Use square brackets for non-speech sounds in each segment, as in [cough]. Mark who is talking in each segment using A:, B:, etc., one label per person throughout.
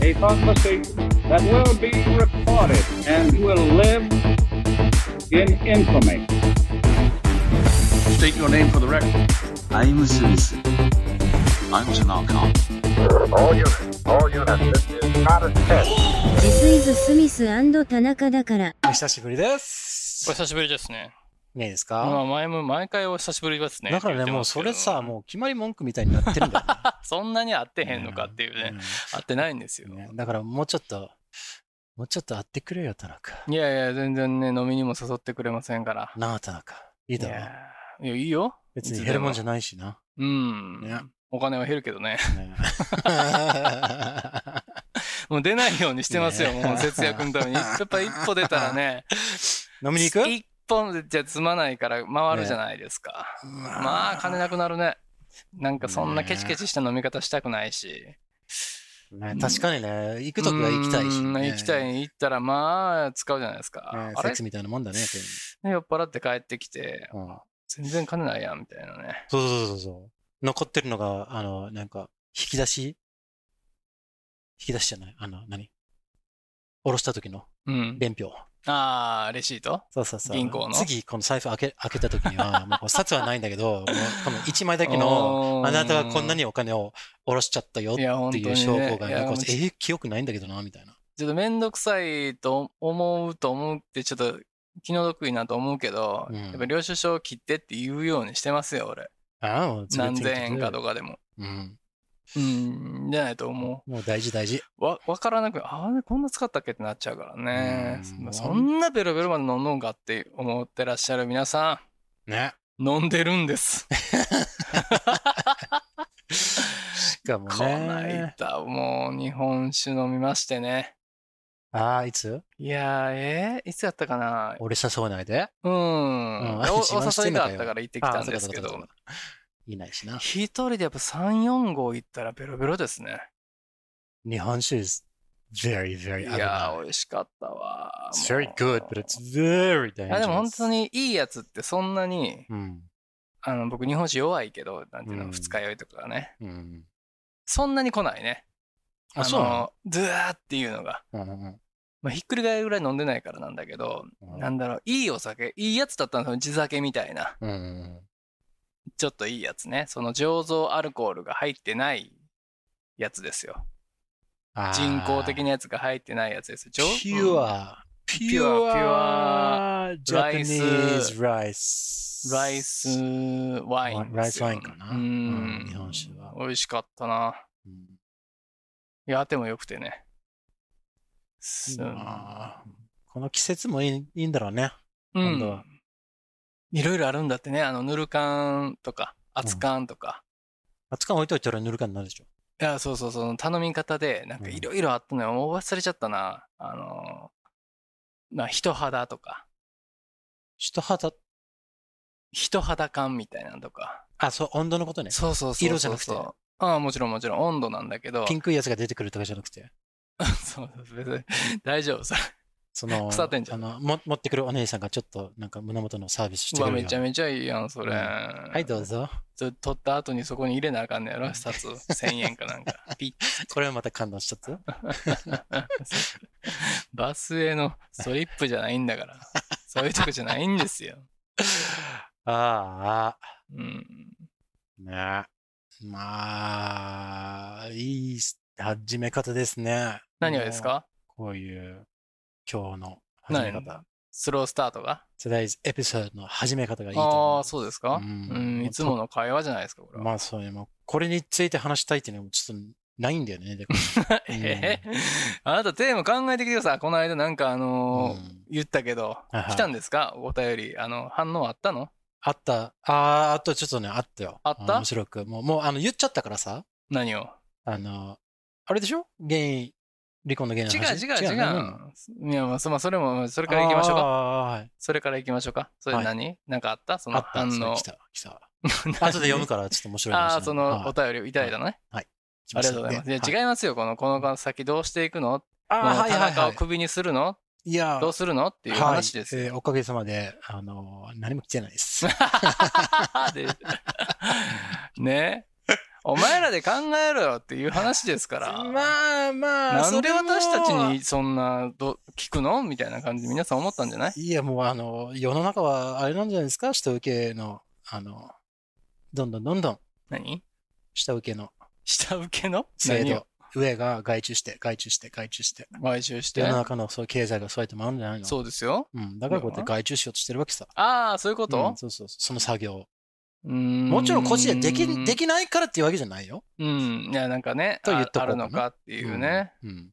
A: a conversation that will be recorded and will live in infamy.
B: State your name for the record.
C: I'm Smith. I'm Tanaka.
D: All units, all units, this is not a test.
E: This is Smith 田中だから。
F: お [laughs] 久しぶりで
G: お
F: す。
G: 久しぶりですね。
F: ねえです
G: ま
F: か
G: あ、前も、毎回お久しぶりですね。
F: だからね、もうそれさ、もう決まり文句みたいになってるんだよ
G: [laughs] う。そんなに会ってへんのかっていうね。
F: ね
G: 会ってないんです
F: う
G: よ
F: ん。ねだからもうちょっと、もうちょっと会ってくれよ、田中。
G: いやいや、全然ね、飲みにも誘ってくれませんから。
F: なあ、田中。いいだ
G: い
F: ろ。
G: やいやいいよ。
F: 別に減るもんじゃ
G: ゃ
F: ないしな。
G: うん。
F: ね
G: お金は減るけどね。 [laughs]
F: ね [laughs]
G: もう出ないようにしてますよ、
F: ね
G: もう節約のため
F: [laughs]
G: に。やっぱ一歩出たらね。
F: 飲みに行く
G: 一本でじゃ済まないから回るじゃないですか。まあ、金なくなるね。なんかそんなケチケチした飲み方したくないし。
F: ね確かにね、行くときは行きたいし
G: うーん
F: ね。
G: 行きたいに行ったら、まあ、使うじゃないですか。
F: ね。セ
G: あ
F: ッ
G: れ
F: クスみたいなもんだね。そういう
G: ね酔っ払って帰ってきて、
F: のうん
G: 全然金ないやん、みたいなね。
F: そうそうそうそう。残ってるのが、あの、なんか、引き出し引き出しじゃないあの、何おろした時の
G: うん。
F: 伝票。
G: ああ、レシート
F: そうそうそう。
G: 銀行の
F: 次、この財布開け、開けた時に
G: [laughs]
F: は、もうこう札はないんだけど、もうこの1枚だけの、あなたがこんな
G: に。
F: にお金を下ろしちゃったよっ
G: いや、本
F: て
G: 当
F: いう
G: に、
F: 証
G: ね。
F: 拠が
G: いや
F: 残して、
G: ち
F: えー、記憶ないんだけどな、みたいな。
G: ょっとめんどくさいと思うと思って、ちょっと気の毒いなと思うけど、
F: うん
G: やっぱ領収書を切ってって言うようにしてますよ、俺。
F: ああ、もう次
G: 何千円かと
F: か。
G: かでも。
F: うん。
G: うん、じゃないと思う。
F: もう大事大事。
G: わ分からなくああこんな使ったっけってなっちゃうからね
F: うん
G: まあそんなベロベロまで飲んのんかって思ってらっしゃる皆さ
F: ね。
G: ん飲んでる
F: [laughs]
G: んです。
F: しかも
G: こない
F: ね。
G: だもう日本酒飲みましてね。
F: ああ、いつ
G: いやーえーいつやったかな
F: 俺誘わないで。
G: うん、
F: ん
G: お
F: あ
G: お
F: 自慢して
G: 誘い
F: んの
G: があ
F: かよ
G: ったから行ってき
F: あ
G: た
F: あ
G: ん
F: そうか
G: ですけ
F: そう
G: ど
F: かそうかいないしな。
G: 一人でやっぱ34号行ったらベロベロですね。
F: 日本酒 is very,
G: い
F: very
G: や
F: abnormal.
G: ー美味しかったわ
F: It's very
G: もう
F: good, but it's very
G: い
F: dangerous.
G: やでも本当。にいいやつってそんなに
F: うん。
G: あの僕日本酒弱いけどなんていうの、
F: うん
G: 二日酔いとかがね
F: うん。
G: そんなに来ないね。
F: あ、
G: あ
F: そうなの
G: の、ずーっていうのが。
F: うんうんうん
G: まあ、ひっくり返るぐらい飲んでないからなんだけど、
F: うん
G: なんだろう、いいお酒、いいやつだったの、その地酒みたいな、
F: うんうん
G: ちょっといいやつね。その醸造アルコールが入ってないやつですよ。
F: あー
G: 人工的なやつが入ってないやつですよ。醸
F: ピュ
G: うん
F: ア。ピ
G: ュア
F: ア。
G: ュアライス
F: Japanese rice.
G: ライスワインですよ。
F: ライスワインかな
G: う
F: うん
G: ん。
F: 日本酒は
G: 美味しかったな。
F: うん。
G: いや、でも良くてね。す
F: まあこの季節もいいいいんだろうね。
G: う
F: 今度は
G: ん。いろいろあるんだってね。あの、ぬる缶とか、熱缶とか。
F: 熱燗置いといたらぬるかになるでしょ。
G: いや、そうそう、その頼み方で、なんか
F: うん
G: いろいろあったのよ。もう忘れちゃったな。あのー、まあ、人肌とか、
F: 人肌、
G: 人肌感みたいなのとか。
F: あ、そう、温度のことね。
G: そうそうそうそう。
F: 色じゃなくて
G: ああ、もちろんもちろん、温度なんだけど。
F: ピンクいやつが出てくるとかじゃなくて、
G: そうそう、別に。大丈夫、それ。
F: その、
G: 腐ってんじゃ
F: あ
G: ん
F: のも持ってくるお姉さんがちょっとなんか胸元のサービスしてく
G: うわ、
F: れる
G: め
F: よ
G: ちゃめちゃいいやん、それ。
F: うんはい、どう
G: ぞ。
F: ぞ。
G: 取った後にそこに入れなあかんね
F: [laughs]
G: やろ、札1000円か [laughs] なんか。ピッ
F: これはまた感動しちゃったよ。
G: [laughs] バスへのストリップじゃないんだから。そういうとこじゃないんですよ。
F: ああ、
G: うん。
F: ねまあ、いい始め方ですね。
G: 何がですか
F: こういう、今日の始め
G: 何
F: 方。
G: スロースタートが
F: Today's episode の始め方がいいと
G: あ
F: 思
G: あ、そうですか
F: う
G: うんん。いつもの会話じゃないですか、こ
F: う。
G: れは。
F: まあ、そうね。もうこれについて話したいっていうのもちょっとないんだよね。だから
G: [laughs] えーあなたテーマ考えてきてください。この間なんかあ [laughs] の
F: う
G: ー
F: ん
G: 言ったけど
F: いはい、
G: 来たんですかお便り。あの、反応あったの
F: あった。ああ、あとちょっとね、あったよ。
G: あった
F: 面白く。もう、もう、あの、言っちゃったからさ。
G: 何を
F: あの、あれでしょ原因、離婚の原因
G: 違う
F: の話
G: 違う違
F: の
G: う。いや、まあ、そまあそれも、それから行きましょうか。
F: あーはい。
G: それから行きましょうか。それ何、なんかあったそ
F: あ
G: の
F: った。
G: 反
F: それ
G: 応
F: 来。た、来
G: [laughs]
F: た。後で読むから、ちょっと面白い話
G: あ
F: な
G: あ、
F: で
G: そ
F: はい
G: のお便りいただいたのね。ありがとうございます。いや、
F: う。
G: 違いますよ。この、この先どうしていくの
F: あ
G: もう
F: はい
G: 田
F: はい
G: 中
F: は
G: を
F: い。
G: クビにするの
F: いや、
G: どうするのっていう話です
F: はい
G: よ。
F: えーおかげさまで、あ
G: [laughs]
F: のー、何も来てないです。
G: でねお前らで考えろよっていう話ですから。
F: [laughs]
B: まあまあ、
G: なんで
B: それも
G: 私たちにそんなど聞くのみたいな感じで皆さん思ったんじゃない
F: いや、もうあの、世の中はあれなんじゃないですか下請けの、あの、どんどんどんどん
G: 何
F: 下請けの
G: 下請けの
F: 制
G: 何を
F: 度、上が外注して、外注して、外注して。
G: 買収して
F: 世の中のそういう経済がそうやって回るんじゃないのう。
G: そうですよ。
F: ん。だからこうやって外注しようとしてるわけさ。
G: ああ、そういうこ
F: う
G: と
F: ん、そうそうそう。その作業をも
G: も
F: ちろん個人ででき、で
G: き
F: きないからっていうわけじゃないよ。
G: うん。いや、なんかね、
F: と言っ
G: あ
F: とこ
G: あ
F: うか
G: る
F: な
G: のかっていうね。
F: うん。うん。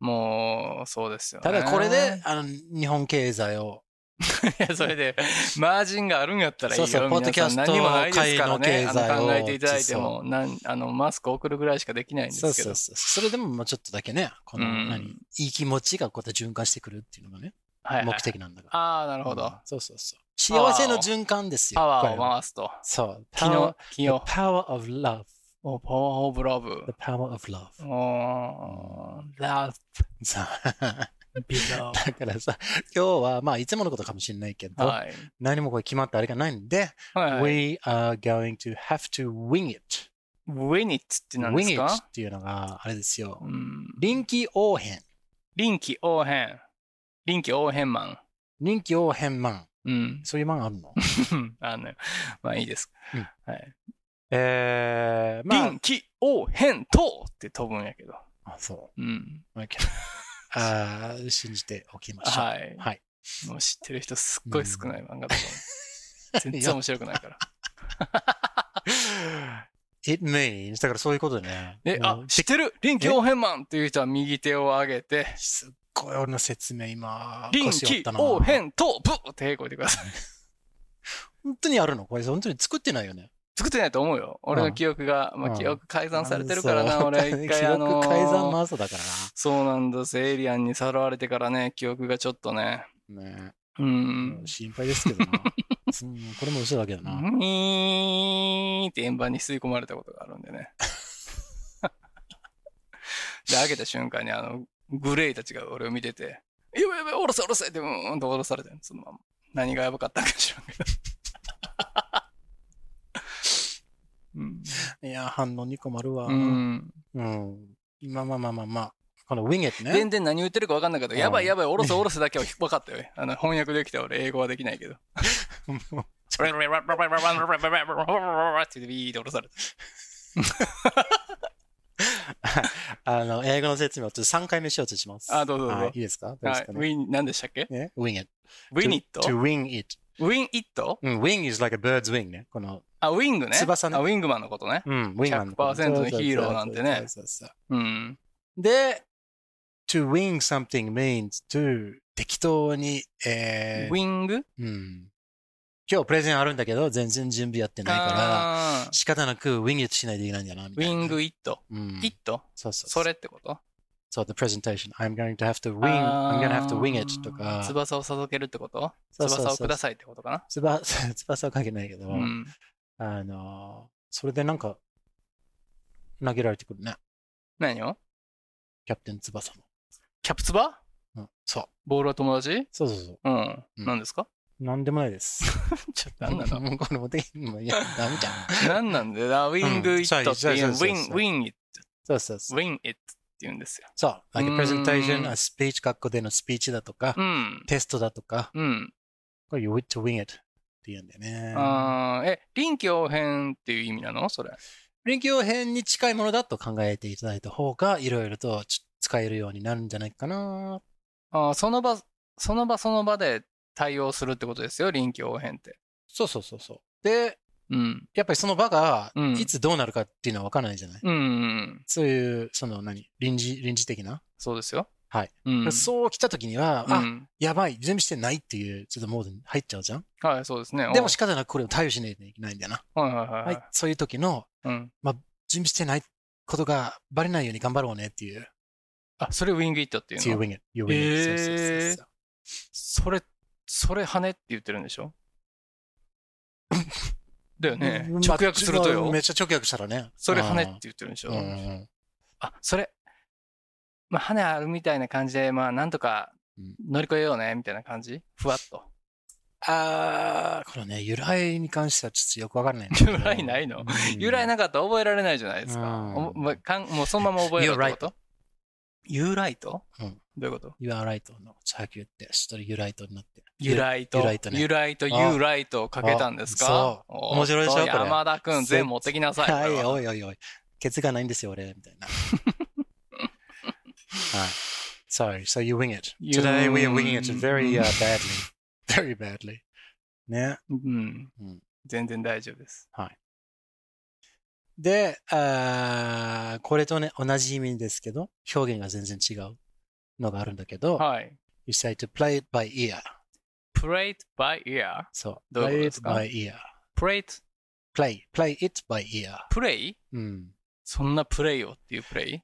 G: もう、そうですよね。
F: ただこれで、、あの、日本経済を、
G: い [laughs] や、それで、マージンがあるんやったらいいよ。
F: そうそうポッドキャスト
G: 皆さん何もないですか
F: 界の
G: らね。
F: 経済を
G: あの考えていただいても、なんあのマスク送るぐらいしかできないんで
F: そう
G: すけ
F: そ
G: ど
F: う。そう。それでももうちょっとだけね、この、
G: うん
F: 何、いい気持ちがこうやって循環してくるっていうのがね、
G: はいはい
F: 目的なんだから。
G: ああ、なるほ
F: うん
G: ど。
F: そうそうそう。幸せの循環ですよ。
G: パワ
F: これ
G: ーを
F: は
G: 回すと。
F: そう。
G: 気の、気
F: The
G: を。
F: power of love.
G: おパワーオブラブ
F: The。power of love.
G: おー、ラ
F: そう
G: ブ、ビラ
F: だからさ、今日は、まあ、いつものことかもしれないけ
G: ブ。
F: ど、
G: [laughs] はい。
F: 何もこれ決まったあれがないんで、
G: はい。
F: We are going to have to wing it.
G: ウィニッツって何で
F: Wing
G: す
F: it
G: か
F: っていうのが、あれですよ。
G: うん
F: 臨機応変。
G: 臨機応変。臨機応変マン。
F: 臨機応変マン。
G: うん。 [laughs]
F: そういうマンあるの
G: あの、まあいいです。
F: うん
G: はい。
F: えー、まあ
G: 臨、機応変とって飛ぶんやけど。
F: あそ
G: うん。
F: う。OK [laughs] あー信じておきましょう。
G: はい。
F: はい。
G: もう知ってる人すっごい少ない漫画だ
F: [laughs]
G: と思う。全然面白くないから。
F: It means だからそういうことね。
G: え、
F: も
G: あ
F: う、
G: 知ってる臨機応変マンっていう人は右手を上げて、
F: すっごい俺の説明今、
G: 臨
F: 腰折っ
G: 機
F: たな
G: 応変とブッってへこいてください。
F: 本当にあるのこれ本当に作ってないよね。
G: 作ってないと思うよ。俺の記憶が、
F: う
G: ま
F: ん
G: あ記憶改ざんされてるからな、
F: そう
G: 俺一
F: [laughs]
G: 回
F: 記
G: あの
F: 憶
G: ー
F: 改ざんマーサだから
G: そうなんです。エイリアンにさらわれてからね、記憶がちょっとね。
F: な。ね
G: う
F: え
G: ん。
F: 心配ですけどな。 [laughs] うんこれも嘘だけど
G: う
F: な。
G: ーんって円盤に吸い込まれたことがあるん
F: [laughs]
G: でね。で、開けた瞬間にあの、グレイたちが俺を見てて、やばいやばい、おろせおろせって、うーんとおろされてんそのまま。何がやばかったんか知らんけど。うん
F: いや、反応に困るわ。
G: う
F: うん。
G: ん、
F: まあまあまあまあまあ。このウィンゲットね
G: 全。然何言ってるか分かんなかった。
F: うん
G: やばいやばい、おろせおろせだけは分かったよ。あの翻訳できた俺、英語はでき
F: [laughs]
G: ないけど。それってビーって下ろされた。
F: [laughs] あの、英語の説明をちょっと3回目しようとします。
G: あどうぞどうぞ
F: はい、いいですかどうで
G: は
F: す
G: い
F: か。
G: ウ
F: ね
G: ィン、何でしたっけ
F: ね wing it.
G: ウィニット
F: To wing it.
G: ウィンイット
F: うん、wing is like a bird's wing ね。この、
G: あ、ウィングね。
F: 翼ね
G: あ、ウィングマンのことね。
F: うん、wing なんだ
G: 100%のヒーローなんてね
F: そうそうそうそう
G: うん。
F: で、to wing something means to 適当に、え
G: ウィング
F: ーうん、今日プレゼンあるんだけど、全然準備やってないか
G: あ
F: ら、仕方なく wing it しないといけないんだな、み
G: ーウ
F: たいな。
G: ィングイット。
F: うん
G: イット
F: そうそう
G: それ。ってこと
F: そう、the presentation. I'm going to have to wing,
G: あ
F: I'm
G: ー
F: going to have to wing it とか。
G: 翼を授けるってこと
F: そうそうそう
G: 翼をくださいってことかな
F: つば [laughs] 翼はかけないけど、
G: うん。
F: あの、それでなんか、投げられてくるね。
G: 何を
F: キャプテン翼も。
G: キャプツバ
F: うん、そう。
G: ボールは友達
F: そうそうそう。
G: うん。
F: うん
G: 何ですか
F: なんでもないです。
G: [laughs] ちょっと何な
F: [laughs]
G: の
F: もうこれもできんの。いや、ダメじゃん。
G: 何なんでだウィングイットっていう
F: う
G: ウ
F: んそうそうそう
G: ィン、
F: そう
G: ウィンイッ
F: そうそう
G: ト、
F: そう
G: ウ。ィンイットって言うんですよ。
F: そう、like a
G: うーん
F: presentation, a speech 学校でのスピーチだとか
G: う、ん。
F: テストだとか、
G: うん。
F: これ you w i to wing it って言うんだよね。
G: あーえ、臨機応変っていう意味なのそれ。
F: 臨機応変に近いものだと考えていただいた方が、いろいろとちょ使えるようになるんじゃないかな。
G: あーその場、その場その場で対応するってことですよ、臨機応変って。
F: そうそうそうそう。で、
G: うん。
F: やっぱりその場が
G: うん
F: いつどうなるかっていうのは分からないじゃない、
G: うんうん。
F: そういう、その何臨時、臨時的な。
G: そうですよ。
F: はい。
G: うん。
F: そう来た時には、
G: う
F: あ、
G: ん。
F: やばい、準備してないっていう、ちょっとモードに入っちゃうじゃん
G: はい、そうですね。
F: でも仕方なくこれを対応しないといけないんだよな。
G: おはいはいはい。
F: はい、そういう時の
G: うん。
F: 準備してないことがバレないように頑張ろうねっていう。
G: あ、それウィングイットっていう
F: to
G: の
F: wing it. You wing it.
G: えー
F: そうそうそうそう
G: それ、それ羽って言ってるん
F: [laughs]
G: でしょだよね。直訳するとよ
F: めっ。ちゃ直訳したらね。
G: それ羽って言ってるんでし
F: う
G: ょ
F: んうん
G: あ、それ、まあ、羽あるみたいな感じで、まあ、なんとか乗り越えようね、みたいな感じふわっと。
F: あー、このね、由来に関してはちょっとよくわからないんだけど。
G: [laughs] 由来ないの
F: うん
G: 由来なかったら覚えられないじゃないですか。
F: うん
G: おまかんもうそのまま覚えるってこと ?You're right?
F: うん
G: どういうこと
F: You are right のさっき言って、それ由来とになって。
G: 由来と、
F: 由来とね
G: 由来と、
F: あ
G: You're right をかけたんですか
F: そう面白いでしょ
G: おっと
F: これ
G: 山田くん、全部持ってきなさい。
F: はい、
G: こ
F: おいおいおい。ケツがないんですよ、俺、みたい
G: [laughs]
F: な。はい。Sorry, so you wing it.
G: You-
F: Today we are winging it very、uh, badly. Very badly. ね。
G: れはうん
F: うん。
G: 全然大丈夫です。
F: で、あーこれとね、同じ意味ですけど、表現が全然違うのがあるんだけど、
G: はい。
F: You say to play it by ear.
G: plate by ear.
F: そう。
G: どういうこと
F: play
G: で
F: it
G: すか
F: by ear.
G: plate,
F: Play, play it by ear.
G: play?
F: うん。
G: そんなプレイをっていうプレイ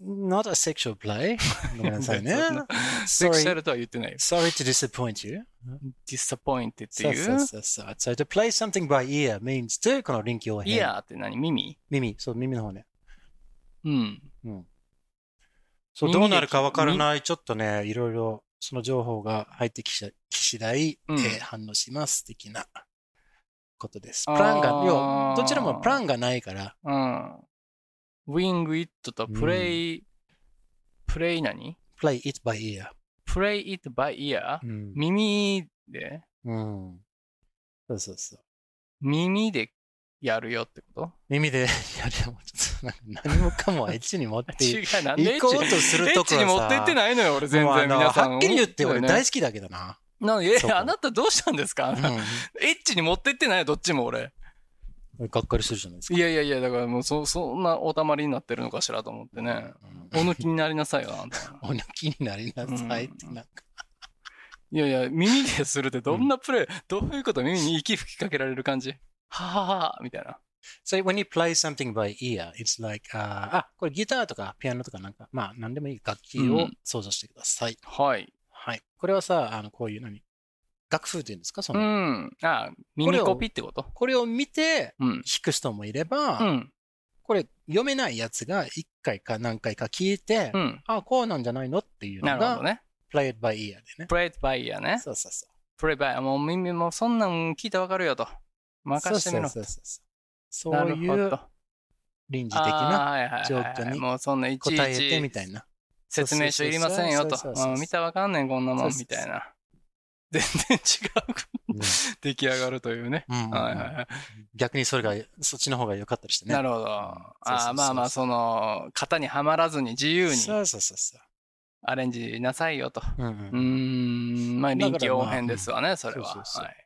F: Not a sexual play.
G: [laughs]
F: ごめんなさいね。
G: そんなセクシャ
F: [laughs] Sorry,
G: ルとは言ってないよ。
F: sorry to disappoint you.
G: disappointed って
F: そうそ
G: いうう。
F: そうそう。So to play something by ear means to この臨機応変。
G: イヤーって何耳
F: 耳、そう、耳の方ね。
G: うん。
F: そう、
G: 耳
F: ど
G: で
F: うなるかわからない、ちょっとね、いろいろその情報が入ってきしき次第、
G: うん
F: えー反応します、的なことです。プ
G: あー
F: ランが、要はどちらもプランがないから、
G: うん。ウィングイットとプレイ、プレイ何
F: play it by ear。
G: プレイイットバイイヤー
F: うん。
G: 耳で、
F: うん。そうそうそう。
G: 耳でやるよってこと
F: 耳で、い [laughs] やでも、ちょっとなんか何もかもエッチに持ってい
G: 違う、なんでエ
F: 行
G: ッ
F: こ
G: チ
F: うとする
G: エ
F: と
G: ッ
F: こ
G: チ
F: ろ
G: に
F: さ。
G: 持って行ってないのよ、俺 [laughs] 全然
F: もうあの
G: 皆さん。
F: はっきり言って俺大
G: 好
F: 好きだけどな。
G: き。なのにえ
F: そうそう
G: あなたどうしたんですか、
F: う
G: エッチに持って行ってないよ、どっちも俺。
F: ん。
G: [laughs]
F: がっかりするじゃないですか。
G: いやいやいや、だからもうそそんなおたまりになってるのかしらと思っ
F: [laughs]
G: てね。お抜きになりなさいよ、あんた。
F: お泣きになりなさいって、なんか。
G: いやいや、耳でするってどんなプレイ、どういうこと耳に息吹きかけられる感じははははみたいな。
F: So when you play something by ear, it's like, あーあ、これギターとかピアノとかなんか、まあ何でもいい楽器
G: う
F: を
G: ん
F: 想像してください。
G: はい。
F: はい。これはさ、あの、こういう何楽譜っていうんですかそうの、
G: ん。あ、耳コピってこと
F: これを見て
G: うん。
F: 弾く人もいれば、
G: うん。
F: これ読めないやつが一回か何回か聞いて、
G: うん。
F: ああ、こうなんじゃないのっていう
G: な
F: の
G: るほど
F: が、
G: ね。
F: play it by ear でね。
G: プレイバイヤーね。
F: そうそうそう。
G: プレイバイヤー。もう耳もそんなん聞いてわかるよと。任してみろ。
F: そうそうそうそう。
G: な
F: そう
G: る
F: い
G: ほど
F: う臨時的な
G: あーはいはいはい
F: 状況に
G: もうそんないちい
F: 答えてみ
G: ち
F: たいな。
G: 説明書いりませんよと
F: そうそうそうそう。
G: うん見たらわかんねん、こんな
F: そ
G: もん。
F: うそ
G: み
F: うそう
G: たいな。全然違う。
F: ね
G: [laughs] 出来上がるというね。
F: うんうんうん
G: はいはいはい。
F: 逆にそれが、そっちの方が良かったりしてね。
G: なるほど。あ
F: そうそうそ
G: あ
F: う
G: まあまあ、その、型にはまらずに自由
F: そ
G: に
F: うそうそうそ
G: アレンジなさいよと。
F: う。うん
G: うー
F: うん
G: ん、まあ、
F: だから
G: 臨機応変ですわね、それは。
F: そうそうそう
G: はい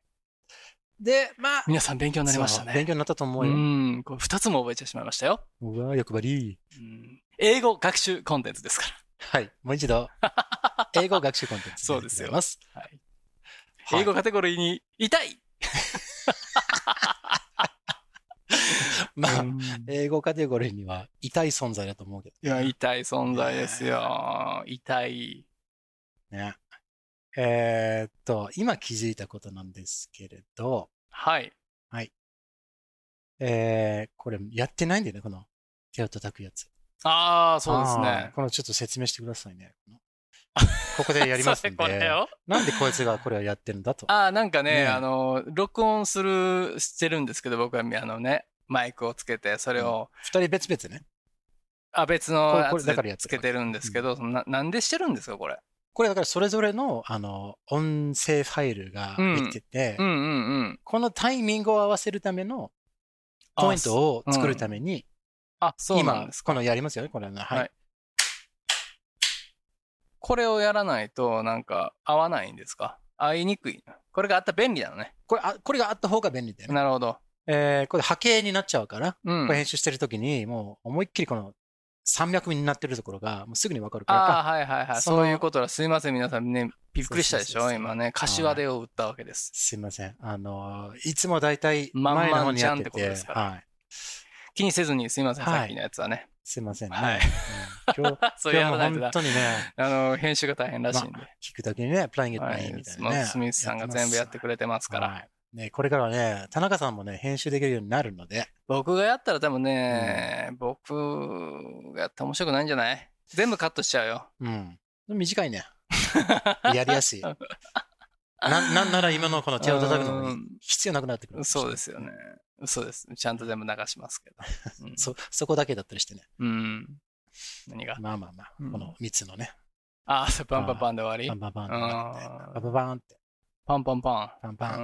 F: で、まあ、
G: 皆さん勉強になりました
F: そう勉
G: ね。
F: 強になったと思
G: う
F: うよ。
G: ん、これ2つも覚えてしまいましたよ。
F: うわ、欲張り。
G: うん英語学習コンテンツですか
F: はい、もう一
G: [laughs]
F: 度、
G: ら。
F: 英語学習コンテンツ。
G: そうですよ
F: ありがとございます。
G: はい
F: はい
G: 英語カテゴリーに痛い
F: まあ、
G: うん
F: 英語カテゴリーには痛い存在だと思うけ
G: いや、痛い存在ですよ。痛い。
F: どね。えーっと、今気づいたことなんですけれど、
G: はい。
F: えー、これやってないんだよね、この手を叩くやつ。
G: ああ、そうです
F: あー
G: ね。
F: このちょっと説明してくださいね。ここでやりますん
G: [laughs] それこれ [laughs]
F: で、
G: を
F: なんでこいつがこれをやってるんだと。
G: ああ、なんかね、
F: ね
G: あの、録音する、してるんですけど、僕は、あのね、マイクをつけて、それを、
F: 二人別々ね。
G: あ、別のや
F: これこれだからや
G: つ
F: っ
G: で
F: て
G: つ
F: る
G: けてるんですけど、そのななんでしてるんですか、これ。
F: これだからそれぞれの、あの、音声ファイルができてて、
G: うんうんうん。
F: このタイミングを合わせるための
G: あ
F: ポイントを作るために、
G: あ、そうなん
F: 今
G: です、
F: このやりますよね、これね。はい。
G: はいこれをやらないと、なんか、合わないんですか合いにくいな。これがあったら便利なのね。
F: これあ、これがあった方が便利だよね。
G: なるほど。
F: えー、これ波形になっちゃうから、
G: うん
F: これ。編集してる時に、もう思いっきりこの300になってるところが、もうすぐにわかるから
G: あ
F: あ
G: あ、はいはいはい。
F: その
G: そういうことだ。すいません、皆さんね、びっくりしたでし
F: そうそう
G: ょ
F: そうそう
G: 今ね、柏でを打ったわけです。
F: すいません。あのー、いつもだいたい
G: まんま
F: 前
G: ん
F: の方にやっ
G: ちゃんっててこ
F: て、
G: とですから
F: はい。
G: 気にせずに、すいません、
F: はい
G: さっきのやつはね。
F: すいませんね。
G: はい
F: うん今日
G: [laughs] それ
F: 今
G: や
F: 日
G: ら
F: も
G: ないと
F: 本。当
G: だ
F: にね、
G: あの、編集が大変らしいんで。
F: 聞くだけにね、プライングット
G: は
F: ないいみたい
G: も
F: な
G: う
F: ね。
G: スミスさんが全部やってく
F: れ
G: れてますから。
F: はいね、これからはね、田中さんもね、編集できるようになるので、
G: 僕がやったら多分ね、僕がやったら面白くないんじゃない全部カットしちゃうよ。 [laughs]
F: うん。短いね。やりやすい。な、なんなら今のこの手を叩くの
G: う
F: も
G: ん
F: 必要なくなってくる。。
G: そうですすよね。そうです。ちゃんと全部流します
F: [laughs]
G: けど。うん
F: そ、そこだけだったりしてね。
G: うん。何が
F: まあまあまあ、
G: うん
F: この3つのね、
G: ああ、そうパンパンパンで終
F: バ
G: わ
F: ン
G: り
F: バンバンってなってね、
G: う
F: バンバ
G: ん
F: ンバンって、
G: パンパンパ
F: パンパ
G: ン。
F: ン。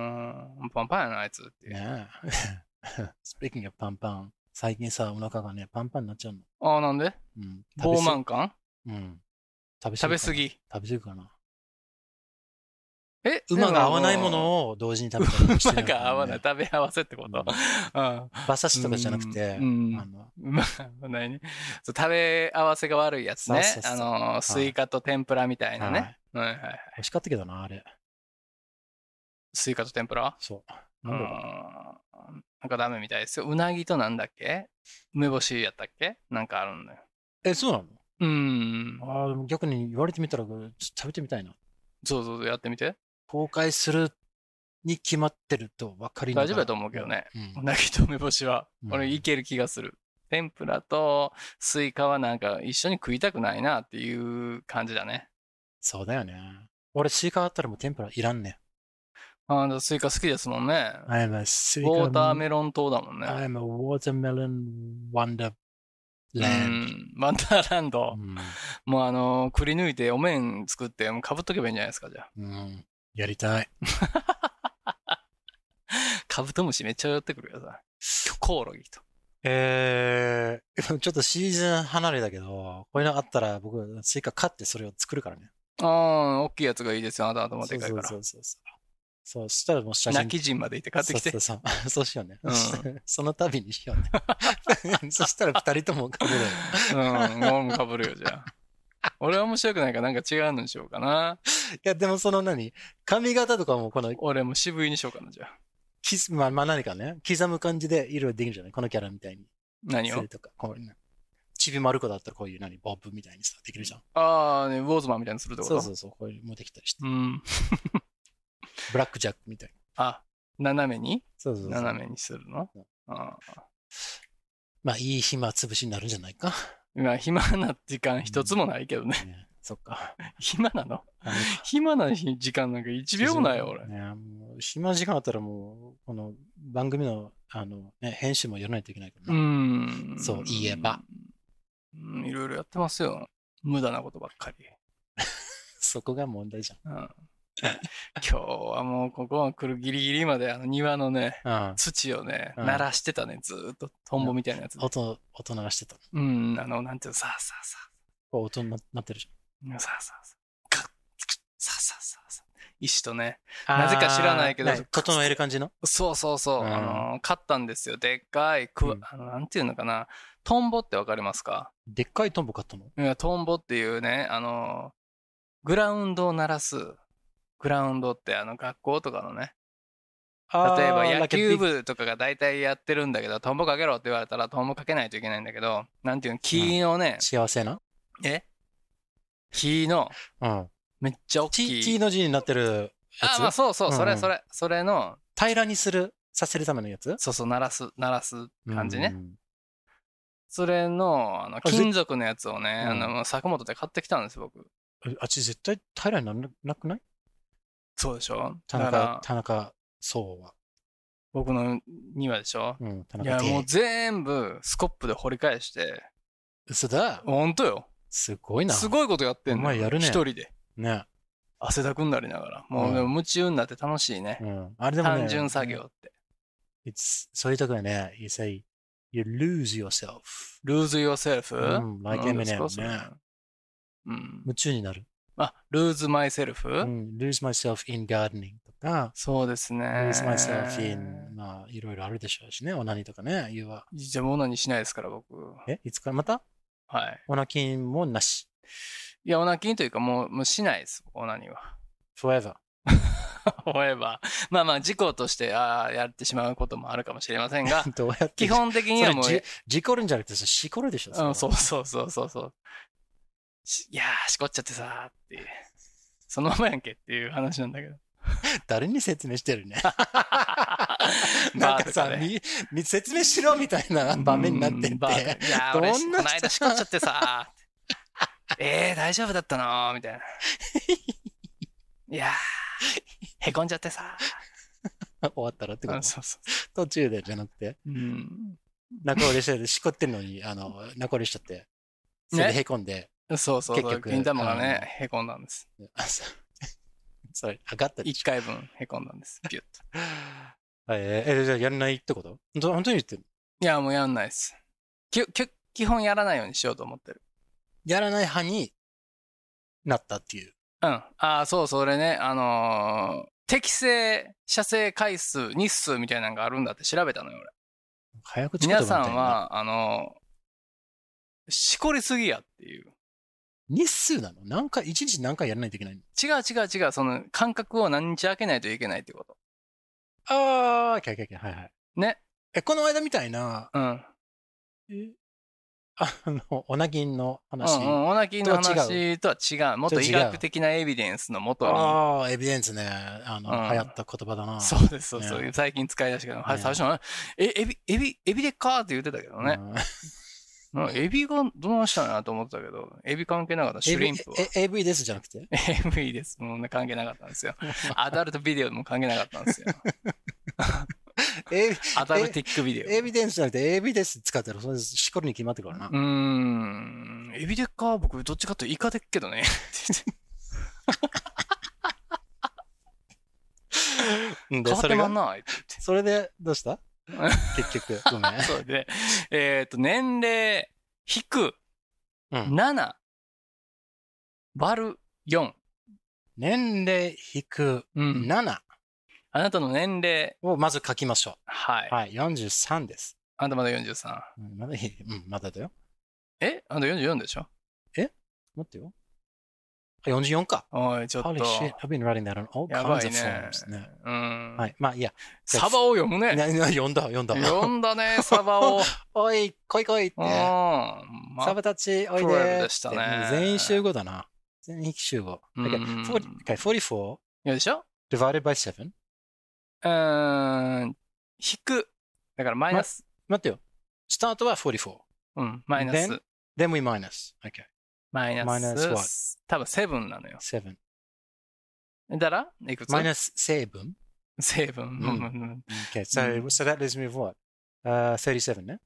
G: うん。パンパンやな、あいつっていう。
F: ね [laughs] え。Speaking of パンパン、最近さ、お腹がね、パンパンになっちゃうの。
G: ああ、なんで
F: うん。食べ
G: 傲
F: 過
G: 慢感
F: ぎうん。食べ過ぎ
G: 食べ過ぎ。
F: 食べ過ぎかな。
G: え
F: 馬が合わないも
G: を。
F: のを同時に食べたりもしてる
G: [laughs] 馬
F: よね
G: が合わ [laughs] ない。。食べ合わせってこと。うん。
F: 馬刺しとかじゃなくて
G: う、ん
F: あの、
G: [laughs] まあ、ないね。そう食べ合わせが悪いやつね
F: そう。そう
G: あ
F: そう
G: のー、スイカと天ぷらみたいな
F: はい
G: ね。はいはいはい。
F: 美味しかったけどな、あれ。
G: スイカと天ぷら
F: そう。
G: う
F: なんんだろう。
G: なんかダメみたいですよ。うなぎとなんだっけ梅干しやったっけなんかあるんだよ。
F: え、そうなの
G: うーん。
F: ああ、でも逆に言われてみたら、ちょっと食べてみたいな。
G: そうそうそう、やってみて。
F: 公開するに決まってると分かりながら
G: 大丈夫だと思うけどね。
F: う
G: うんなぎと梅干しは
F: う、ん
G: 俺いける気がする。天ぷらとスイカはなんか一緒に食いたくないなっていう感じだね。
F: そうだよね。俺、スイカあったらもう天ぷらいらんね。
G: あのスイカ好きですもんね。
F: I'm a ス
G: ウ
F: イカ。
G: ォーターメロン糖だもんね。
F: I'm a watermelon wonderland.
G: うん。ワンダーランド。
F: うん
G: もうあの、くり抜いてお面作って、もうかぶっとけばいいんじゃないですか、じゃあ。
F: うんやりたい。
G: カブトムシめっちゃ寄ってくるよさ。コオロギと。
F: えー、ちょっとシーズン離れだけど、こういうのあったら僕、スイカ買ってそれを作るからね。
G: ああ、大きいやつがいいですよ。あなた頭
F: そ
G: で
F: う
G: かい
F: そ
G: か
F: う
G: ら
F: そ。うそう。そう、そしたらもう写真
G: [laughs] 泣き人までいて買ってきて。
F: そうそうそう。そうしようね。
G: う
F: その度にしようね。そ [laughs] したら二人ともかぶる。
G: うん、俺もかぶるよ、じゃ
F: [laughs]
G: あ。俺は面白くないからなんか違うのにしようかな。
F: いや、でもその何髪型とかもこの、
G: 俺も渋いにしようかな、じゃあ。
F: キス、まあ、まあ何かね、刻む感じで色々できるんじゃないこのキャラみたいに。
G: 何
F: そ
G: を
F: れとか、こういうねちびまる子だったらこういう何ボブみたいにさ、できるじゃん。
G: ああ、ね、ウォーズマンみたいにするってこ
F: そ
G: と
F: うそうそう、こういうのもできたりして。
G: うん。
F: ブラックジャックみたいな。
G: あ、斜めに
F: そうそうそう。
G: 斜めにするの
F: そう
G: ああ
F: まあ、いい暇つぶしになるんじゃない
G: [laughs]
F: か。
G: 今、暇な時間一つもないけどね。 [laughs]
F: ねそっか。
G: 暇なの
F: あの
G: [laughs] 暇な時間なんか1秒もないよ、俺。
F: ね、もう暇時間あったらもう、この番組の、あの、ね、編集もやらないといけないから
G: う
F: な。
G: ん。
F: そう言えば
G: うん。いろいろやってますよ。無駄なことばっかり。
F: そこが問題じ [laughs]
G: うん、今日はもうここは来るギリギリまであの庭のね、
F: ゃん。うん。
G: 土をね、
F: うん
G: 鳴らしてたね、ずーっと。トンボみたいなやつで。
F: 音、音鳴らしてた。
G: うん、あの、なんていうの、さあさあさ
F: こう音にななってるじ
G: あ、さあさあさあ、カッさあさあさあさあ。石とね、
F: ゃん。
G: なぜか知らないけど
F: あーね整える感じの
G: そうそうそう、
F: うん
G: あの、買ったんですよ。でっかい、くわ
F: うん
G: あのなんていうのかな、トンボってわかりますか
F: でっかいトンボ買ったの
G: いや、トンボっていうね、あの、グラウンドを鳴らす。グラウンドってあの学校とかのね、例えば野球。部とかが大体やってるんだけど、トンボかけろって言われたらトンボかけないといけないんだけど、なんていうの、木のね、
F: 幸せな。
G: え木の
F: うん。
G: めっちゃ大き
F: T,
G: い。
F: T の字になってるや
G: あ、
F: つ、
G: まあそうそう、そ
F: うんう
G: れ
F: ん
G: それ、それの、
F: 平らにする、させるためのやつ
G: そうそう、鳴らす、鳴らす感じね。
F: うん
G: それの、あの、
F: あぜ
G: 金属のやつをね、
F: うん
G: あの、作本で買ってきたんですよ、僕。
F: えあっち絶対平らにならなくない
G: そうでしょ
F: 田
G: だか
F: 中
G: ら、、
F: 田中そうは。
G: 僕の庭でしょ
F: うん、田
G: いや、
F: 中
G: もう
F: 圭。
G: 全部スコップで掘り返して、
F: 嘘だ。
G: ほんとよ。
F: すごいな。
G: すごいことやってんの。
F: お前やるね
G: 一人で。
F: ね。
G: 汗だくになりながら。も
F: う
G: うんでも夢中になって楽しいね
F: う。ん。あれでもね。
G: 単純作業って。
F: It's, そういうとこやね。You say, you lose yourself.
G: lose yourself?
F: うん like
G: なんですか
F: Eminem
G: それ
F: ね
G: うん。
F: 夢中になる。
G: あ、lose
F: う
G: myself?
F: ん。lose myself in gardening とか、
G: そうですね。
F: lose myself in, まあ、いろいろあるでしょうしね。オナニーとかね。言うわ。
G: じゃあもう何しないですから、僕。
F: え、いつからまた
G: はい。
F: オナキンもなし。
G: いや、オナキンというか、もう、もうしないです、オナニーは。 [laughs]
F: forever.
G: 思えば。まあまあ、事故として、ああ、やってしまうこともあるかもしれませんが
F: [laughs] 、どうやって
G: 基本的にはもう、
F: それじ事故るんじゃなくてさ、しこるでしょ。れ
G: う
F: は
G: ん、そうそうそうそうそう。しいやー、しこっちゃってさーっていう。そのままやんけっていう話なんだ
F: [laughs]
G: けど。
F: 誰に説明してるね。
G: バ
F: なん
G: ー
F: か
G: と
F: さ、
G: ね
F: み [laughs] み説明しろみたいな場面になってて。
G: うんバーとかいやー、
F: どんな
G: 俺、
F: 人
G: この間しこっちゃってさ
F: [laughs]
G: ーって。えー、大丈夫だったのみたいな。いやへこんじゃってさ。
F: 終わったらってこ
G: あ
F: と
G: そうそ
F: 途中でじゃなくて、
G: う。うん。
F: 仲折れしてて、しこってんのに、あの、仲折れしちゃって、それでへこんで、
G: そうそう
F: 結
G: そう。
F: 局
G: 銀玉が
F: あの
G: ね、へこんだんです。
F: あそう [laughs] それ、上がったでし
G: 一回分へこんだんです。ビュッと。
F: ょ。えーえ、じゃあやんないってこと本当本当に言ってんの
G: いや、もうやんないです。きゅきゅ基本やらないようにしようと思ってる。
F: やらない派になったっていう。
G: うん。ああ、そう、それね。あのー適正射精回数、日数みたいなのがあるんだって調べたのよ、俺。
F: 早口言葉
G: 皆
F: みたい
G: さ、
F: なん
G: は、あのーしこりすぎやっていう。
F: 日数なの何回、一日何回やらないといけないの
G: 違う違う違う、その間隔を何日空けないといけないってこと。
F: あー、キャキャキャ、はいはい。
G: ね。
F: え、この間みたいな、
G: うん。
F: あの、オナギンの話。
G: うんうん、オナキの
F: とは違
G: 話とは違う。もっと医
F: 違う
G: 学的なエビデンスのもとに。
F: ああ、エビデンスね。あの、
G: うん
F: 流行った言葉だな。
G: そうです、そうそう。
F: ね
G: 最近使い出したけど、は
F: ね
G: 最初の、え、エビ、エビ、エビでっかーって言ってたけど
F: う
G: ね。
F: ん。
G: うんエビがどうしたのかなと思ってたけど、エビ関係なかった。シュリンプは。
F: え AV ですじゃなくて
G: [laughs] AV です。もうね、関係なかったん
F: [laughs]
G: ですよ。アダルトビデオも関係なかったんですよ。
F: エビ
G: アダルティックビデオ。
F: エビデンスじゃなくて AV です使ったら、それしこりに決まってくるから
G: うー
F: な。
G: ん。エビでっか僕、どっちかっていうとイカでっけどね。
F: うん、で、
G: [laughs] 変わ
F: そ
G: って
F: れ
G: まん
F: が、
G: ない。
F: それで、どうした
G: [laughs]
F: 結局、ごめん。
G: そうで、えっ、と、年齢、引く、
F: うん
G: 7、割る4。
F: 年齢引く
G: うん
F: 7
G: あなたの年齢、
F: をまず書きましょ
G: はい。
F: う。はい、43です。
G: あなたまだ43。
F: うんまだいい、うん、まだだよ。
G: えあなた44でしょ
F: 待ってよ。あ44か。
G: おい、ちょっ
F: Holy
G: と。
F: shit, I've been writing that on all
G: やば
F: kinds
G: い
F: of
G: ね
F: forms ね。。
G: うん。
F: はい、まあいいや。 [laughs]
G: サバを読むね。
F: なな読んだ、読んだ。
G: 読んだね、サバ
F: [laughs]
G: を。
F: おい、来い来いって
G: うん。。ま
F: サバたち、おい
G: プロレ
F: で
G: ブ
F: ー
G: でしたね
F: って全員集合だな。全員集合。
G: うん
F: Okay, 40 okay, 44
G: よいしょ
F: divided by 7.
G: うーん。引く。だからマイナス。
F: 待ってよ。スタートは44。
G: うん、マイナ
F: Then？
G: ス。
F: Then we minus. Okay,
G: マイナス。
F: マイナス what？
G: 多分セブンなのよ。
F: 7.
G: だらいくつ
F: マイナス7。
G: 成
F: う
G: 分。
F: ん
G: うん
F: Okay, so, so that leaves me with what? Uh, 37, no?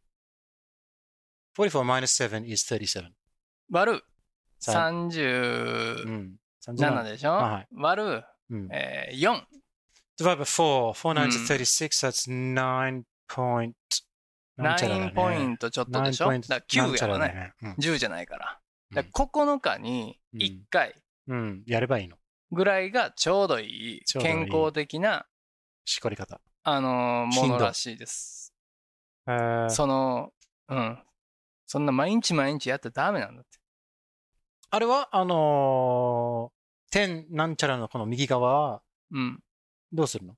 F: 44 minus 7 is 37.
G: 割る
F: さう
G: 37
F: ん。37
G: でしょ、
F: はい
G: 割る、
F: うん
G: えー、4。
F: Divide by 4. 4 9
G: Mm.
F: 36. That's 9 point.
G: 9ポイントちょっとでしょだから9やらない。10じゃないから。だから9日に1回
F: うん。やればいいの。
G: ぐらいがちょうどいい
F: ちょうどいい
G: 健康的な、
F: しこり方。
G: あのー
F: 頻
G: も
F: 度
G: のらしいです。
F: えー
G: その、うん。そんな毎日毎日やってダメなんだって。
F: あれは、あのー、点なんちゃらのこの右側は
G: うん。
F: どうするの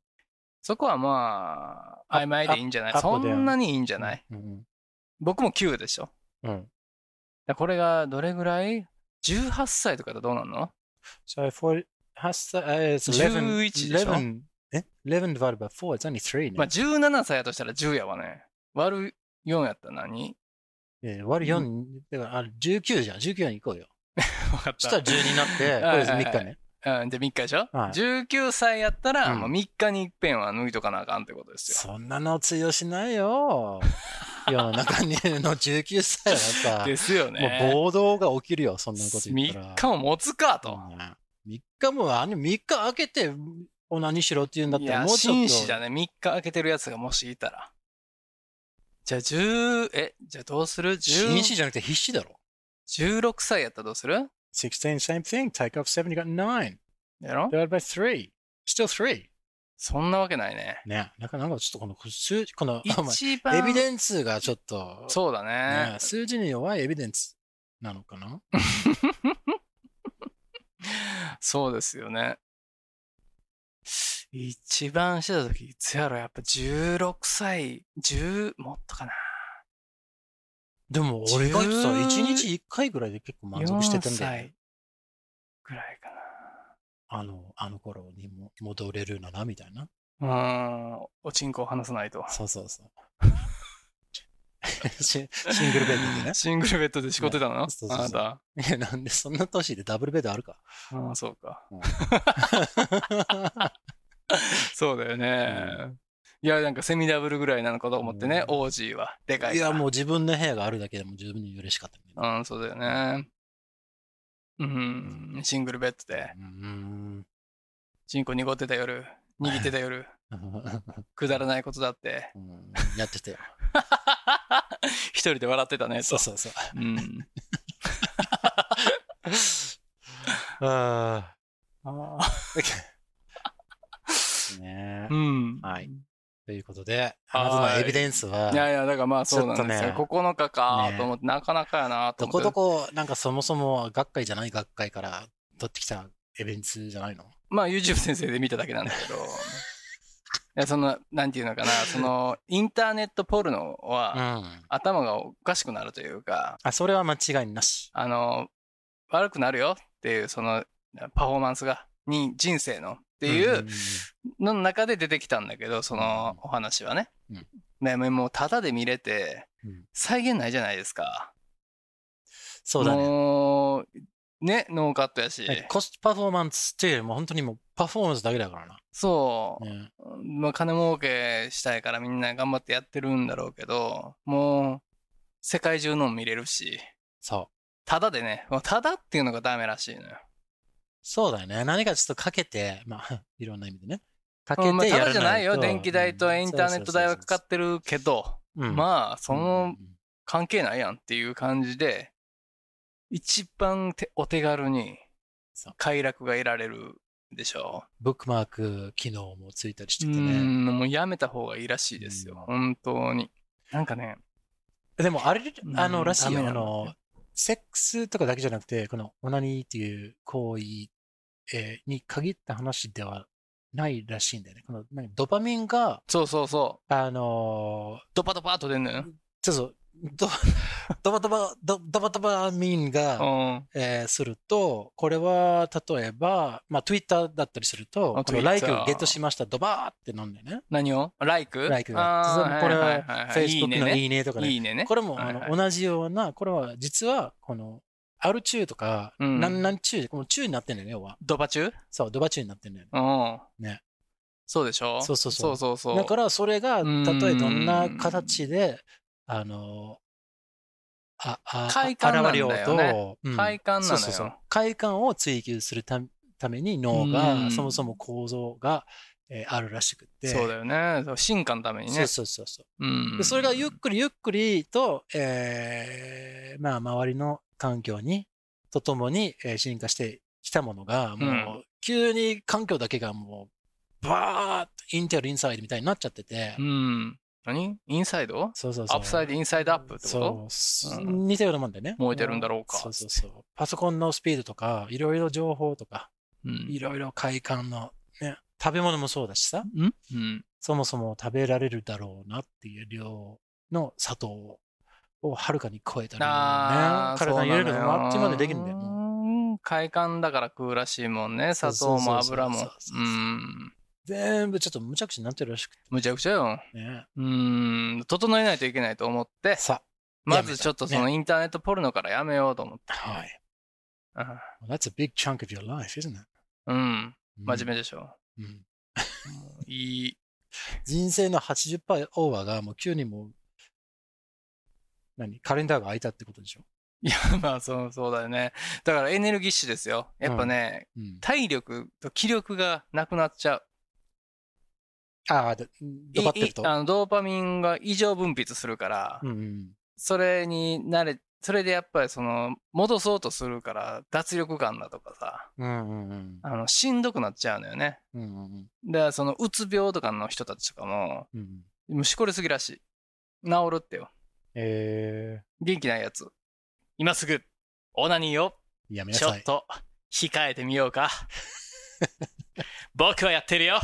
G: そこはまあ、曖昧でいいんじゃない
F: アップ
G: そ
F: アップで
G: んなにいいんじゃない、
F: うん
G: 僕も9でしょ
F: うん。うん。
G: だからこれがどれぐらい ?18 歳とかだとどうなんの
F: So, 4, has the, uh, it's 11,
G: 11でしょ
F: 11, え ?11 divided by 4, it's only 3ね。
G: まあ17歳やとしたら10やわね。割る4やったら
F: [laughs]
G: 何
F: えー割る
G: う
F: 4、だからあ19じゃん。19に行こうよ。
G: 分かっ
F: そしたら12になって、
G: い [laughs] はいはい
F: これ3日ね。
G: うん、で3日でしょ、
F: はい
G: ?19 歳やったら、
F: うん
G: まあ、3日に一遍は脱いとかなあかんってことですよ。
F: そんなの通用しない
G: [laughs]
F: よ。世の中にの19歳はさ、
G: です
F: も
G: よ
F: う
G: ね。
F: 暴動が起きるよ、そんなこと言ったら。
G: 3日も持つかと。
F: うん3日も、あの3日開けて、オナニーしろって言うんだっ
G: い
F: たら、
G: や、
F: もうちょっと。
G: 紳士だね。3日開けてるやつがもしいたら。じゃあ10、え、じゃあどうする
F: 紳士
G: 10
F: じゃなくて必死だろ。
G: ?16 歳やったらどうする
F: 16, same thing. Take off 7, you got 9.
G: やろ
F: Divided by 3. Still 3.
G: そんなわけないね。
F: ね。なんか、なんかちょっとこの数字、この、 [laughs] お前
G: 一番。
F: エビデンスがちょっと、
G: そうだ
F: ね
G: ね。
F: 数字に弱いエビデンスなのかな
G: そうですよね。一番してた時いつやろやっぱ16歳、10、もっとかな。
F: でも
G: 俺
F: 俺
G: 意
F: が
G: 外
F: さ、
G: とさ
F: 1
G: 一
F: 日1回ぐらいで結構満足してたん
G: 4
F: だよ。
G: 歳ぐらいか
F: あの、あの頃にも戻れるのな、みたいな。
G: な。うーん、おちんこを離さないと。
F: そうそう
G: [laughs]
F: そう。シシングルベッドでね。
G: [laughs] シングルベッドで仕事だな
F: [laughs] ねそう、そう
G: あ
F: そう
G: なた。
F: いや、なんでそんな年でダブルベッドあるか。
G: ああ、そうか。 [laughs] そうだよね。いや、なんかセミダブルぐらいなのかと思ってね、
F: うん
G: オージーは。でかい
F: い
G: から。
F: や、もう自分の部屋があるだけでも十分に嬉しかった、ね。
G: うん、そうだよね。うん、シングルベッドで、
F: うん。
G: チンコ濁ってた夜、握ってた
F: [laughs]
G: 夜、くだらないことだって。
F: うんやってたよ。
G: 一人で笑ってたね、
F: [laughs] そう
G: と。
F: そうそう。
G: うん。
F: [laughs] あ
G: あ
F: あ。ねえ
G: ーうん。、
F: はい。ということで、あなたのエビデンスはい
G: やいや、だからまあそうなんですよ。
F: ちょっ
G: 9日か
F: ね
G: と思って、なかなかやなと
F: ど
G: 思
F: こ
G: って。
F: どこ、なんかそもそも学会じゃない学会から取ってきたエビデンスじゃないの
G: まあ YouTube 先生で見ただけなん
F: [laughs]
G: だけど。いや、その、なんていうのかな、その、インターネットポルノは、
F: ん。
G: 頭がおかしくなるというか、
F: あ、それは間違いなし。
G: あの、悪くなるよっていう、その、パフォーマンスが、に、人生のってい
F: うんうん
G: うの中で出てきたんだけど、そのお話はね。
F: うん
G: ね、もう、ただで見れて
F: うん、
G: 再現ないじゃないですか。
F: そうだね。
G: もう、ね、ノーカットやし。
F: コストパフォーマンスっていうよりも本当にもうパフォーマンスだけだからな。
G: そうう。
F: ん
G: まあ、金儲けしたいからみんな頑張ってやってるんだろうけど、もう、世界中のも見れるし、
F: そう。
G: ただでね、もうただっていうのがダメらしいのよ。
F: そうだよね。何かちょっとかけて、まあ、 [laughs] いろんな意味でね。かけて
G: う
F: やら
G: ん
F: な
G: まあ、
F: いと、
G: ただじゃないよ。電気代と
F: うん
G: インターネット代はかかってるけど、
F: そうそうそうそううん
G: まあ、そ
F: うん
G: の関係ないやんっていう感じで、一番てお手軽に
F: そう
G: 快楽が得られるでしょ
F: ブックマーク機能もついたりして
G: う。う
F: てね。
G: ん、もうやめた方がいいらしいですよ。本当に。なんかね、
F: でも、あれ、あ
G: う
F: の、
G: ん
F: らしい
G: ダメ
F: よ。
G: な
F: あ
G: の
F: の、セックスとかだけじゃなくて、このオナニーっていう行為、えーに限った話ではないらしいんだよね。このなんかドパミンが、
G: そうそうそう。
F: あのー
G: ドパドパっと出んのよ。
F: ちょっと、ド [laughs] ドバドバ、ドドバドバミンが、
G: うん。
F: えーすると、これは例えば、まあ、Twitter だったりすると、
G: あ
F: この
G: Twitter
F: ライクをゲットしました、ドバーって飲んでね、
G: 何をライク
F: ライク
G: あ
F: が。
G: ー
F: これ
G: はい
F: は
G: はいはいはいいい
F: Facebook
G: ね
F: の
G: ね。
F: いいねとか
G: い
F: ね。
G: いねね。
F: これもあ
G: はい
F: の
G: はい
F: 同じような、これは実は、この、アル中とか、
G: うん
F: なんなん中、この中になってんだよね、要は。
G: ドパ中
F: そう、ドバ中になってんだよね。
G: うん。
F: ね。
G: そうでしょ
F: そうそうそう
G: そうそうそう。
F: だから、それが、
G: うん
F: たとえどんな形で、あの、あ、あ、
G: 快感なんだよね
F: 現れようと、うん
G: 快感なのよ。
F: そうそうそう快感を追求するたために脳が、
G: うん
F: そもそも構造が、えーあるらしくて。
G: そうだよね。そう進化のために
F: そ
G: ね
F: う。そうそうそうう、
G: ん
F: で。それがゆっくりゆっくりと、えーまあ、周りの環境に、とともに、えー進化してきたものが、もう、
G: うん
F: 急に環境だけがもう、バーッとインテリアインサイドみたいになっちゃってて、
G: うん。何インサイド
F: そうそうそう。
G: アップサイド、インサイドアップってこ
F: そう、
G: うん
F: 似たようなもんだよね。
G: 燃えてるんだろうか
F: そうそうそう。パソコンのスピードとか、いろいろ情報とか、
G: とうん
F: いろいろ快感の、ね、食べ物もそうだしさ、
G: うんうん。
F: そもそも食べられるだろうなっていう量の砂糖をはるかに超えた
G: あ
F: ら、ね、体に入れるのもあっという間でできるんだよ。もう
G: よ。快感だから食うらしいもんね。砂糖も油も。
F: そうそうそう。そううそうん全部ちょっと無茶苦茶になってるらしく
G: むちゃくちゃよ。
F: てね。
G: うーん、整えないといけないと思って、
F: さ
G: まずちょっとそのインターネットポルノからやめようと思って
F: あ、。はい。
G: うん
F: Well, that's a big chunk of your life, isn't it?
G: うん、
F: うん
G: 真面目でしょ。
F: うん
G: い [laughs] い。
F: 人生の80%オーバーがもう急にもう、何カレンダーが空いたってことでしょ。
G: いや、まあそう、そうだよね。だからエネルギッシュですよ。やっぱね、
F: うん、
G: 体力と気力がなくなっちゃう。
F: ああ、でドバってると
G: いい。あのドーパミンが異常分泌するから、
F: うんうん、
G: それに慣れ、それでやっぱりその、戻そうとするから、脱力感だとかさ、
F: うんうんうん
G: あの、しんどくなっちゃうのよね。
F: うんうん
G: だからその、うつ病とかの人たちとかも、
F: うん。
G: 虫こりすぎらしい。治るってよ。
F: え
G: 元気ないやつ。今すぐ、オナニーを、
F: ー、やめな
G: ちょ
F: さ
G: っ
F: い。
G: と、控えてみよう [laughs] か。僕はやってるよ。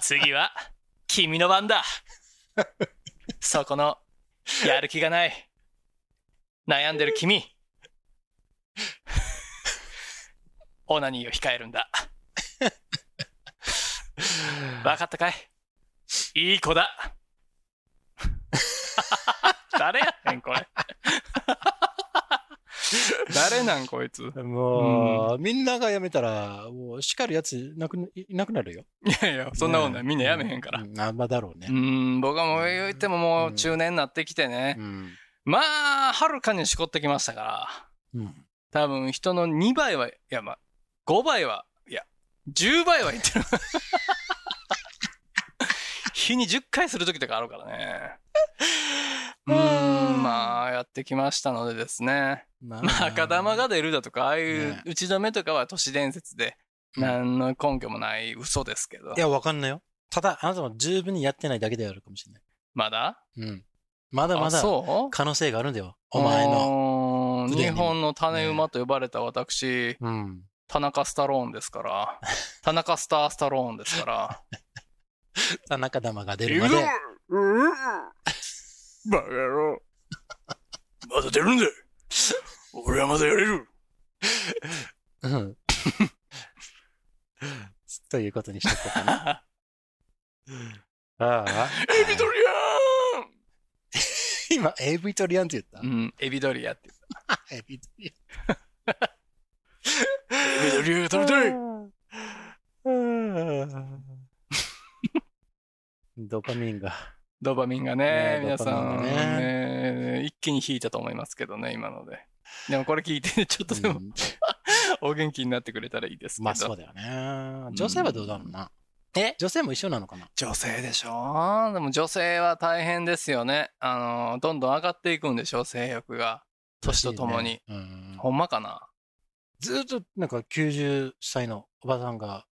G: 次は、君の番だ。そこの、やる気がない。悩んでる君。オナニーを控えるんだ。わかったかいいい子だ誰やねんこれ誰なんこいつ。い
F: もう、みんながやめたら、もう叱るやつなくいなくなるよ。
G: やいや、そんなもんない。みんなやめへんから
F: う。んあんまだろう
G: う
F: ね。
G: ん、僕はもう言ってももう中年になってきてね
F: う。ん。
G: まあ、はるかにしこってきましたか
F: う
G: ら。
F: ん。
G: 多分人の2倍は、いやまあ、5倍は、いや、10倍はいってる。日に10回する時とかあるからね。うーん、まあ、やってきましたのでですね。
F: ま
G: まあ、赤玉が出るだとか、ああいう
F: ね
G: 打ち止めとかは都市伝説で、
F: うん
G: 何の根拠もない嘘ですけど
F: い。や、わかんないよ。ただ、あなたも十分にやってないだけであるかもしれない。
G: まだ
F: うん。まだま
G: あ、
F: だ
G: そう
F: 可能性があるんだよ。お前の。
G: の
F: 腕に
G: 日本の種馬と呼ばれた私、
F: うん。
G: 田中スタローンで
F: [laughs]
G: すから、田中スタースタローンですから。
F: 田中玉が出
G: い
F: る
G: る
F: ま
G: ぞ
F: で。
G: ううバカ野郎。まだ出るんだ俺はまだやれる
F: うん。 [laughs] ということにしとこうかな。 [laughs] ああ。
G: エビドリ
F: 今、エビトリアンって言っ
G: ア
F: た
G: ンうん、エビドリアって
F: エビトリ
G: 言う。エビドリアが
F: ア
G: 食
F: ン。
G: べた
F: う
G: い
F: ん [laughs] ドパミンが。
G: ドーパミンが
F: ね
G: ね
F: え、
G: 皆
F: ドー
G: さ
F: パ
G: ん、
F: ミンが
G: ね、一気に引いたと思いますけどね、今ので。でもこれ聞いて、ちょっとでも、
F: うん
G: お元気になってくれたらいいですけど。
F: まあそうだよね。女性はどうだろうな。
G: え
F: 女性も一緒なのかな
G: 女性でしょでも女性は大変ですよね。あの、どんどん上がっていくんでしょ性欲が。年とともに。
F: らしいねうん
G: ほんまかな
F: ずっとなんか90歳のおばさんが、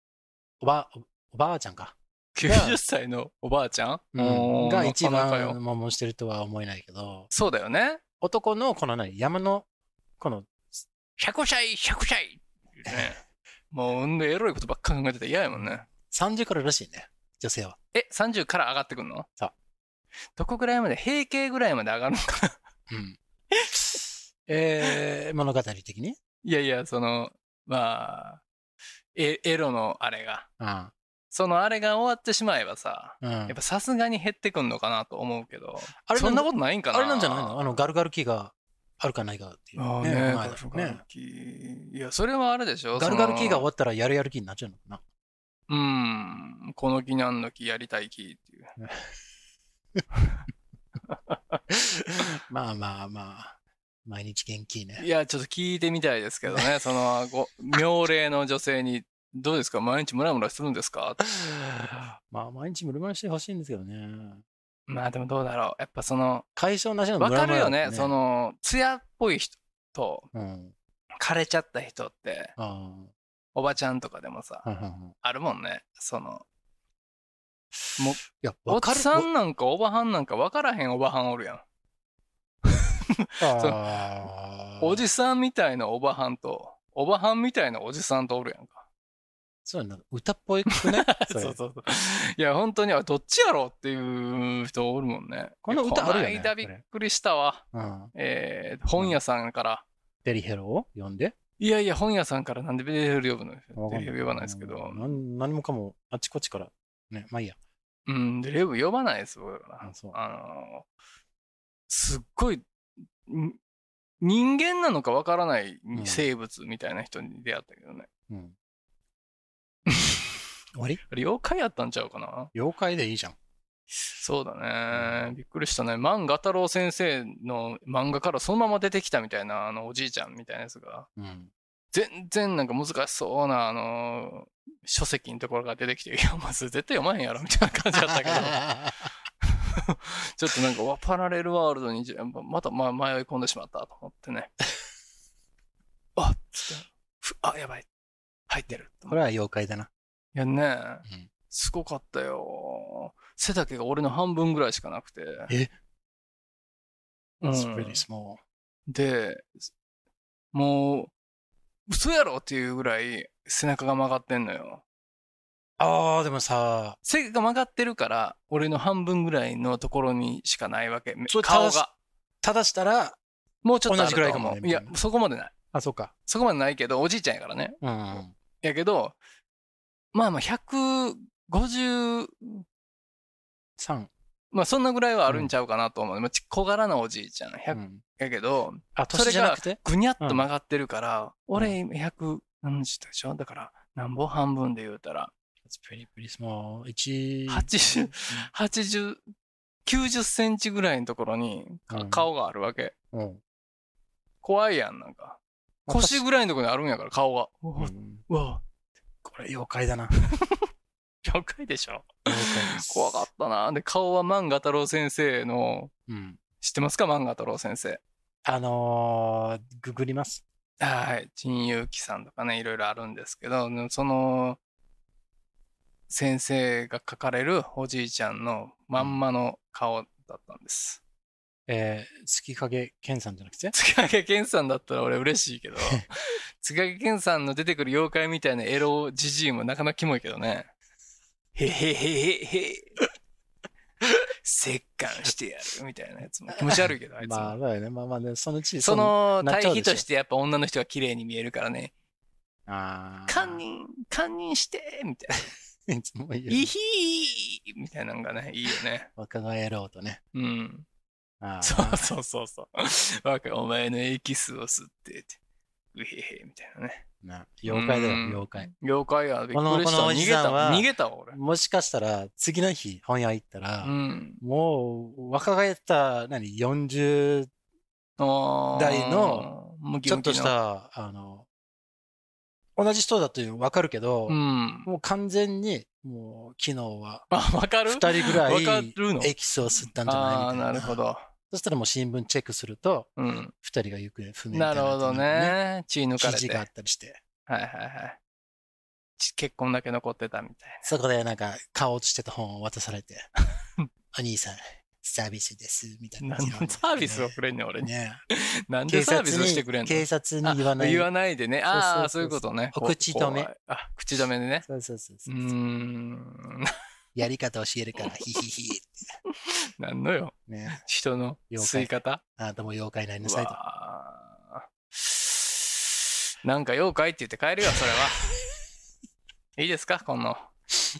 F: おば、おばあちゃんか。
G: ?90 歳のおばあちゃん、
F: うん
G: おー
F: が一
G: なかなかよ
F: 番摩耗してるとは思えないけど、
G: そうだよね。
F: 男のこの何、山の、この、
G: 100歳、100歳ってね。もう、ほんでエロいことばっか考えてて嫌やもんね。
F: 30かららしいね。女性は。
G: え、30から上がってくんの
F: そう
G: どこぐらいまで平均ぐらいまで上がるのか
F: うん。 [laughs] えー、物語的に
G: [laughs] いやいや、その、まあ、エエロのあれが。
F: うん。
G: そのあれが終わってしまえばさ、
F: うん。
G: やっぱさすがに減ってくんのかなと思うけど、
F: あれなん
G: そんなことないんかな
F: あれなんじゃないのあの、ガルガルキーがあるかないかっていう。
G: ああね
F: この
G: ガ
F: 間
G: ルガル
F: ね
G: キーいや、それはあれでしょ
F: ガルガルキーが終
G: その
F: わったらやるやる気になっちゃうのかな
G: うん、この木なんの木やりたい木っていう。
F: まあまあまあ、毎日元気ね。
G: いや、ちょっと聞いてみたいですけど
F: [laughs]
G: ね、その、ご妙齢の女性に、どうですか毎日ムラムラするんですか
F: まあ、毎日ムルマルしてほしいんですけどね。
G: まあでもどうだろう。やっぱその、
F: 解消なしのム
G: わ
F: ラムラ
G: かるよ
F: だ
G: ね
F: っ。て
G: そ。の、艶っぽい人と、
F: うん。
G: 枯れちゃった人って、
F: あー
G: おばちゃんとかでもさ、
F: はいはいはい
G: あるもんね。その、
F: いや、
G: お
F: わ
G: っ
F: かる。
G: さんなんかおばはんなんか分からへんおばはんおるやん。
F: あー
G: おじさんみたいなおばはんと、おばはんみたいなおじさんとおるやんか。
F: そうなんか歌っぽいく
G: [laughs]
F: ね
G: そうそ
F: そ
G: うそう。いや、本当に、あどっちやろうっていう人おるもんね。
F: この歌あるよね
G: いやこの間びっくりしたわ。
F: れうん。
G: えー本屋さんから。
F: デリヘロを呼んで。
G: いやいや、本屋さんからなんでベリヘル呼ぶの
F: わか
G: デ
F: ん
G: リヘル呼ばないですけど。
F: なん何もかもあっちこっちから。ね、まあいいや。
G: うん、デレブ呼ばないです、僕ら
F: あ。そう
G: あのーすっごい、ん人間なのかわからない
F: うん
G: 生物みたいな人に出会ったけどね。 [laughs]
F: うん。終わり
G: あれ妖怪やったんちゃうかな
F: 妖怪でいいじゃん。
G: そうだね。びっくりしたね。漫画太郎先生の漫画からそのまま出てきたみたいな、あの、おじいちゃんみたいなやつが、
F: うん。
G: 全然なんか難しそうな、あのー書籍のところが出てきて、いや、まず絶対読まへんやろ、みたいな感じだったけ [laughs] ど。ちょっとなんかわ、パラレルワールドにじまたま迷い込んでしまったと思ってね。 [laughs] あっつって、ふあ、やばい。入ってる。
F: [laughs] これは妖怪だな。
G: いやね、
F: ん
G: すごかったよ。背丈が俺の半分ぐらいしかなくて。
F: え
G: うん
F: It's pretty small.
G: で、もう、嘘やろっていうぐらい背中が曲がってんのよ。
F: ああ、でもさ、
G: 背が曲がってるから、俺の半分ぐらいのところにしかないわけ。
F: それ
G: 顔
F: 正し
G: が。
F: ただしたら、
G: もうちょっとあ
F: 同じぐらいかもね
G: ると思ういや
F: みたい、
G: そこまでない。
F: あ、そうか。
G: そこまでないけど、おじいちゃんやからね。
F: うん。
G: やけど、まあまあ、150、
F: 3。
G: まあそんなぐらいはあるんちゃうかなと思う。まあち小柄なおじいちゃん。
F: う
G: 100
F: ん、
G: やけど、
F: あ、
G: それが
F: 年じゃなくて
G: ぐにゃっと曲がってるから、俺170でしょだから、なんぼ半分で言うたら、
F: It's pretty, pretty small. 1
G: 80、80、90センチぐらいのところにか
F: うん
G: 顔があるわけ。
F: うん
G: 怖いやん、なんか。
F: まあ
G: 腰ぐらいのところにあるんやから、顔が。う
F: う
G: わ
F: ん
G: うわ、
F: これ妖怪だな。
G: 了解でしょ。
F: 妖怪です
G: 怖かったな。で、顔は万賀太郎先生の、
F: うん。
G: 知ってますか万賀太郎先生。
F: あのー、ググります。
G: はい。陳勇輝さんとかね、いろいろあるんですけど、その、先生が描かれるおじいちゃんのまんまの顔だったんです。
F: えー、月影健さんじゃなくて
G: 月影健さんだったら俺嬉しいけ [laughs] ど、月影健さんの出てくる妖怪みたいなエロじじいもなかなかキモいけどね。へへへへへ。折檻してやるみたいな
F: [laughs]
G: やつも気持ち悪いけど、あいつも。
F: まあ、だよね。まあまあね、そのうち、
G: そ、の
F: なっちゃ
G: 対
F: うで
G: 比
F: しょ
G: としてやっぱ女の人が綺麗に見えるからね。
F: あー
G: 堪。忍、堪忍してみたい
F: いつも言。
G: な。いうひーみたいなのがね、いいよね。
F: 若返ろうとね。 [laughs]
G: うん。
F: あー
G: そうそうそうそう。わかお前のエキスを吸ってって。うへへみたいなね。
F: な妖怪だよ、
G: うん
F: 妖怪。
G: 妖怪や、びっくりした。
F: このこのお
G: 逃
F: じ
G: げ
F: さ
G: た
F: んは
G: わ。逃げたわ、俺。
F: もしかしたら、次の日、本屋行ったら、
G: うん。
F: もう、若返った、何、40、
G: あー
F: 大の、
G: ムキ
F: ちょっ
G: ム
F: と
G: キの
F: した、あの、同じ人だというわかるけど、 [laughs]
G: うん。
F: もう完全に、もう、昨日は、
G: あ、わかる
F: 二人ぐら
G: わか
F: い、
G: るの
F: エキスを吸ったんじゃ
G: あ
F: ない
G: あー、
F: みた
G: ないる
F: な。
G: ほど。
F: そしたらもう新聞チェックすると、
G: うん。
F: 二人が行方不明みた
G: ないる
F: な
G: ほど。ね。血抜
F: 記
G: かれ
F: 事
G: て。
F: があったりして。
G: はいはいはい。ち結婚だけ残ってたみたい
F: そこでなんか、買おうとしてた本を渡され
G: [laughs]
F: て、お兄さん、サービスです、みたい
G: な。
F: な。
G: 何のサービスをくれんねん俺に。
F: ね
G: なん [laughs] で
F: 警
G: サ
F: 察
G: ービスをしてくれん
F: に、
G: の
F: 警察に言わない。
G: あ言わないでね。ああ、そ
F: そううそう
G: い
F: う
G: こ
F: そうそう
G: とね。
F: お
G: こ
F: 口止め
G: こうあ、口止めでね。
F: そうそうそうそうう
G: ーん。 [laughs]
F: やり方教えるから、ヒヒヒ。
G: なんのよ。
F: ね。
G: 人の吸い方。
F: あなたも妖怪になりな
G: う
F: さいと。
G: わーなんか妖怪って言って帰るよ、それ
F: [laughs]
G: は。いいですかこの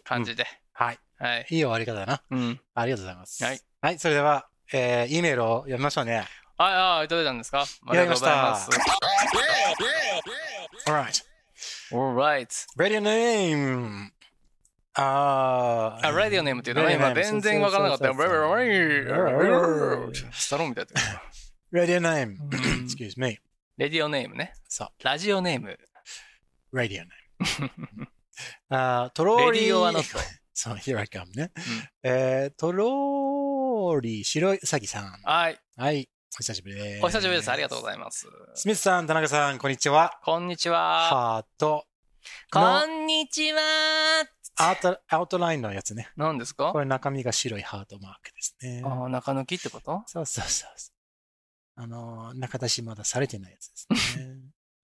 G: 感じで。
F: はい。
G: はい。
F: いい終わり方だな。
G: うん。
F: ありがとうございます。
G: はい。
F: はい、それでは、えー、E メールを読みましょうね。
G: ああ、いただいたんですかあ
F: い
G: り
F: た
G: が
F: だき
G: とう
F: ま
G: ご
F: し
G: ざい
F: た
G: ます。
F: Alright.
G: Alright.
F: Radio name! あー。
G: あ、ラディオネームっていうのね、
F: Radio name
G: 今全然わからなかったよ。
F: そうそうそうそう
G: スタローンみたいだった
F: Radio name.
G: うん
F: Excuse me.
G: レディオネームね。
F: そう。
G: ラジオネーム。
F: Radio name. [laughs] あー、トローリー。
G: レディオはノッ
F: [laughs] そう、here I come ね。えー、トローリー、白いウサギさん。
G: はい。
F: はい。お久しぶりです。
G: お久しぶりです。ありがとうございます。
F: す。スミスさん、田中さん、こんにちは。
G: こんにちは。
F: ハート。
G: こ
F: の
G: んにちは。
F: アウトアウトラインのやつね。
G: 何ですか
F: これ中身が白いハートマークですね
G: あ。ー中抜きってこと
F: そうそうそうそう。あのー、中出しまだされてないやつです
G: [laughs]
F: ね。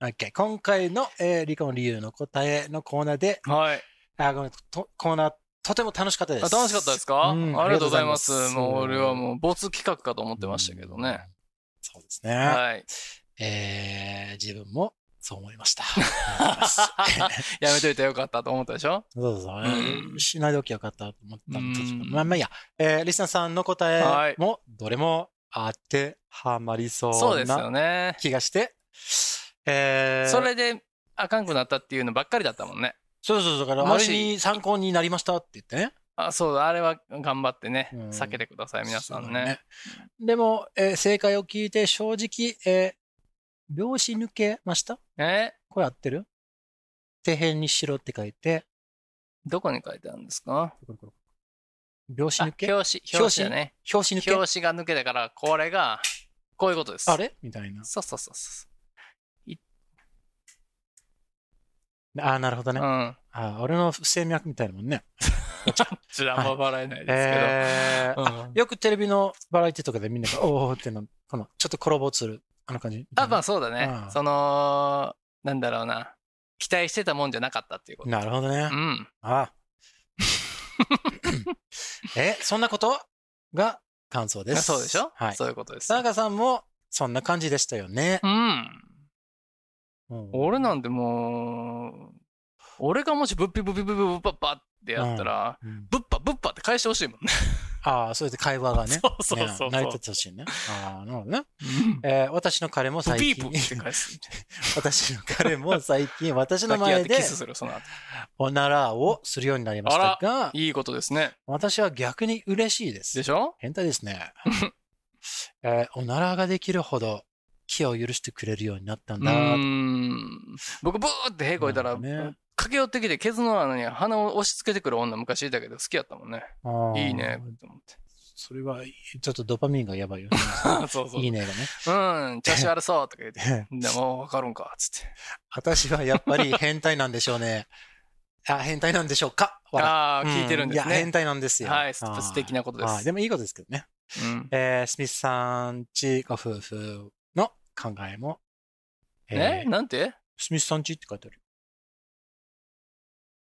F: OK。今回の、えー離婚の理由の答えのコーナーで、
G: はい。
F: あ、ごめん、とコーナー、とても楽しかったで
G: あ
F: す。
G: 楽しかったですかあ
F: うん
G: りがとうございます
F: ありがと。うございます
G: もう俺はもう、没企画かと思ってましたけどね。。
F: そうですね。
G: はい。
F: えー自分もそう思いま
G: [laughs]
F: した。 [laughs]
G: やめといてよかったと思ったでしょ
F: どうぞ、
G: うん
F: しないでおきゃよかったと思ったんですけど
G: うん
F: まあまあいいや、えーリスナーさんの答
G: はい
F: えもどれも当てはまり
G: そう
F: そう
G: です
F: な
G: よね。
F: 気がして、えー
G: それで、あかんくなったっていうのばっかりだったもんね。
F: そうそうそうだから
G: も
F: あ
G: し
F: れに参考になりましたって言ってね
G: あ、そうだ、あれは頑張ってね
F: う、ん
G: 避けてください、皆さん
F: そう
G: ね。
F: でも、えー正解を聞いて正直、えー拍子抜けました
G: え
F: これ合ってる底辺にしろって書いて
G: どこに書いてあるんですか
F: これこれ拍子
G: あ
F: 抜け
G: 表紙、
F: 拍
G: 表紙だね。
F: 子抜け
G: 表紙が抜けたから、これが、こういうことです。
F: あれみたいな
G: そうそうそうそ
F: ああなるほど
G: う。
F: ね、
G: うん。
F: あー俺の不正脈みたいなもんね
G: ちょっとあんま笑えないで
F: え
G: すけ
F: ー
G: ど。うん
F: よくテレビのバラエティとかでみんなが、おおってな、この、ちょっと転ぼうとする、あの感じ。
G: あ、まあそうだね。
F: うん
G: その、なんだろうな。期待してたもんじゃなかったっていうこと。
F: なるほどね
G: う。ん。
F: ああえ、そんなことが感想です。
G: そうでしょ
F: はい
G: そ。ういうことです
F: 田
G: よ。
F: 中さんも、そんな感じでしたよね
G: う。ん。
F: うん
G: 俺なんてもう、俺がもしブッピブッピブッピブッパッパってやったら、
F: うん
G: ブッパブッパって返してほしいもんね。
F: ああ、それで会話がね、
B: そうそうそうそう
F: ね成り立つらしいね。ああ、なるほどね。えー私の彼も
B: プ
F: 最
B: ピ
F: 近、
B: ープって
F: [laughs]
B: 返す。
F: 私の彼も最近、私の
G: 抱き合っ
F: 前
G: て
F: で
G: キスする、その後。
F: おならをするようになりましたが、
G: いいことですね。
F: 私は逆に嬉しいです。
G: でしょ
F: 変態
B: [laughs]
F: ですね。えーおならができるほど気を許してくれるようになったん
G: う
F: だ。
G: ーん。僕、ブーって屁こいたら、
F: なるほどね
G: 駆け寄ってきて、ケツの穴に鼻を押し付けてくる女昔いたけど、好きやったもんね。
F: あー
G: いいね。って思
F: [laughs]
G: って。
F: それは、ちょっとドパミンがやばいよ
G: [laughs]
F: ね。
G: そうそう。
F: いいねが
G: うん、調子悪そうとか言っ
F: [laughs]
G: て。
F: ね。
G: でも、わかるんか、つ
F: [laughs]
G: って。
F: 私はやっぱり変態なんでしょうね。あ、変態なんでしょうか笑
G: ああ、聞いてるんです
F: いや、変
G: ね。
F: 態なんですよ。
G: はい、す
F: あー
G: 素敵なことで
F: あー
G: す
F: で。もいいことですけどね。
G: うん
F: えースミスさんちご夫婦の考えも。
G: え
F: えー
G: なんて
F: スミスさんちって書いてあるよ。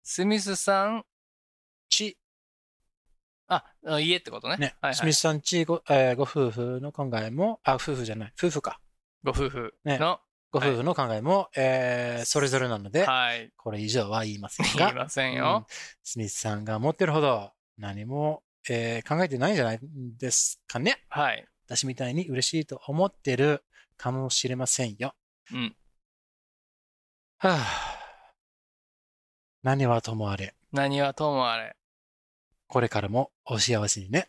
G: スミスさん、
F: ち、
G: あ、あ家ってことね。
F: ね。
G: はい
F: ス
G: はい
F: ミスさんちご,、えーご夫婦の考えも、あ、夫婦じゃない。夫婦か。
G: ご夫婦
F: ね
G: の、
F: ご夫婦の考えも、えーそれぞれなので、
G: はい、
F: これ以上は言いません
G: 言い
F: が、
G: ません
F: うん
G: よ。
F: スミスさんが持ってるほど何も、えー考えてないんじゃないですかね。
G: はい。
F: 私みたいに嬉しいと思ってるかもしれませんよ。
G: うん。
F: はぁ。何はともあれ、
G: 何はともあれ。
F: これからもお幸せにね。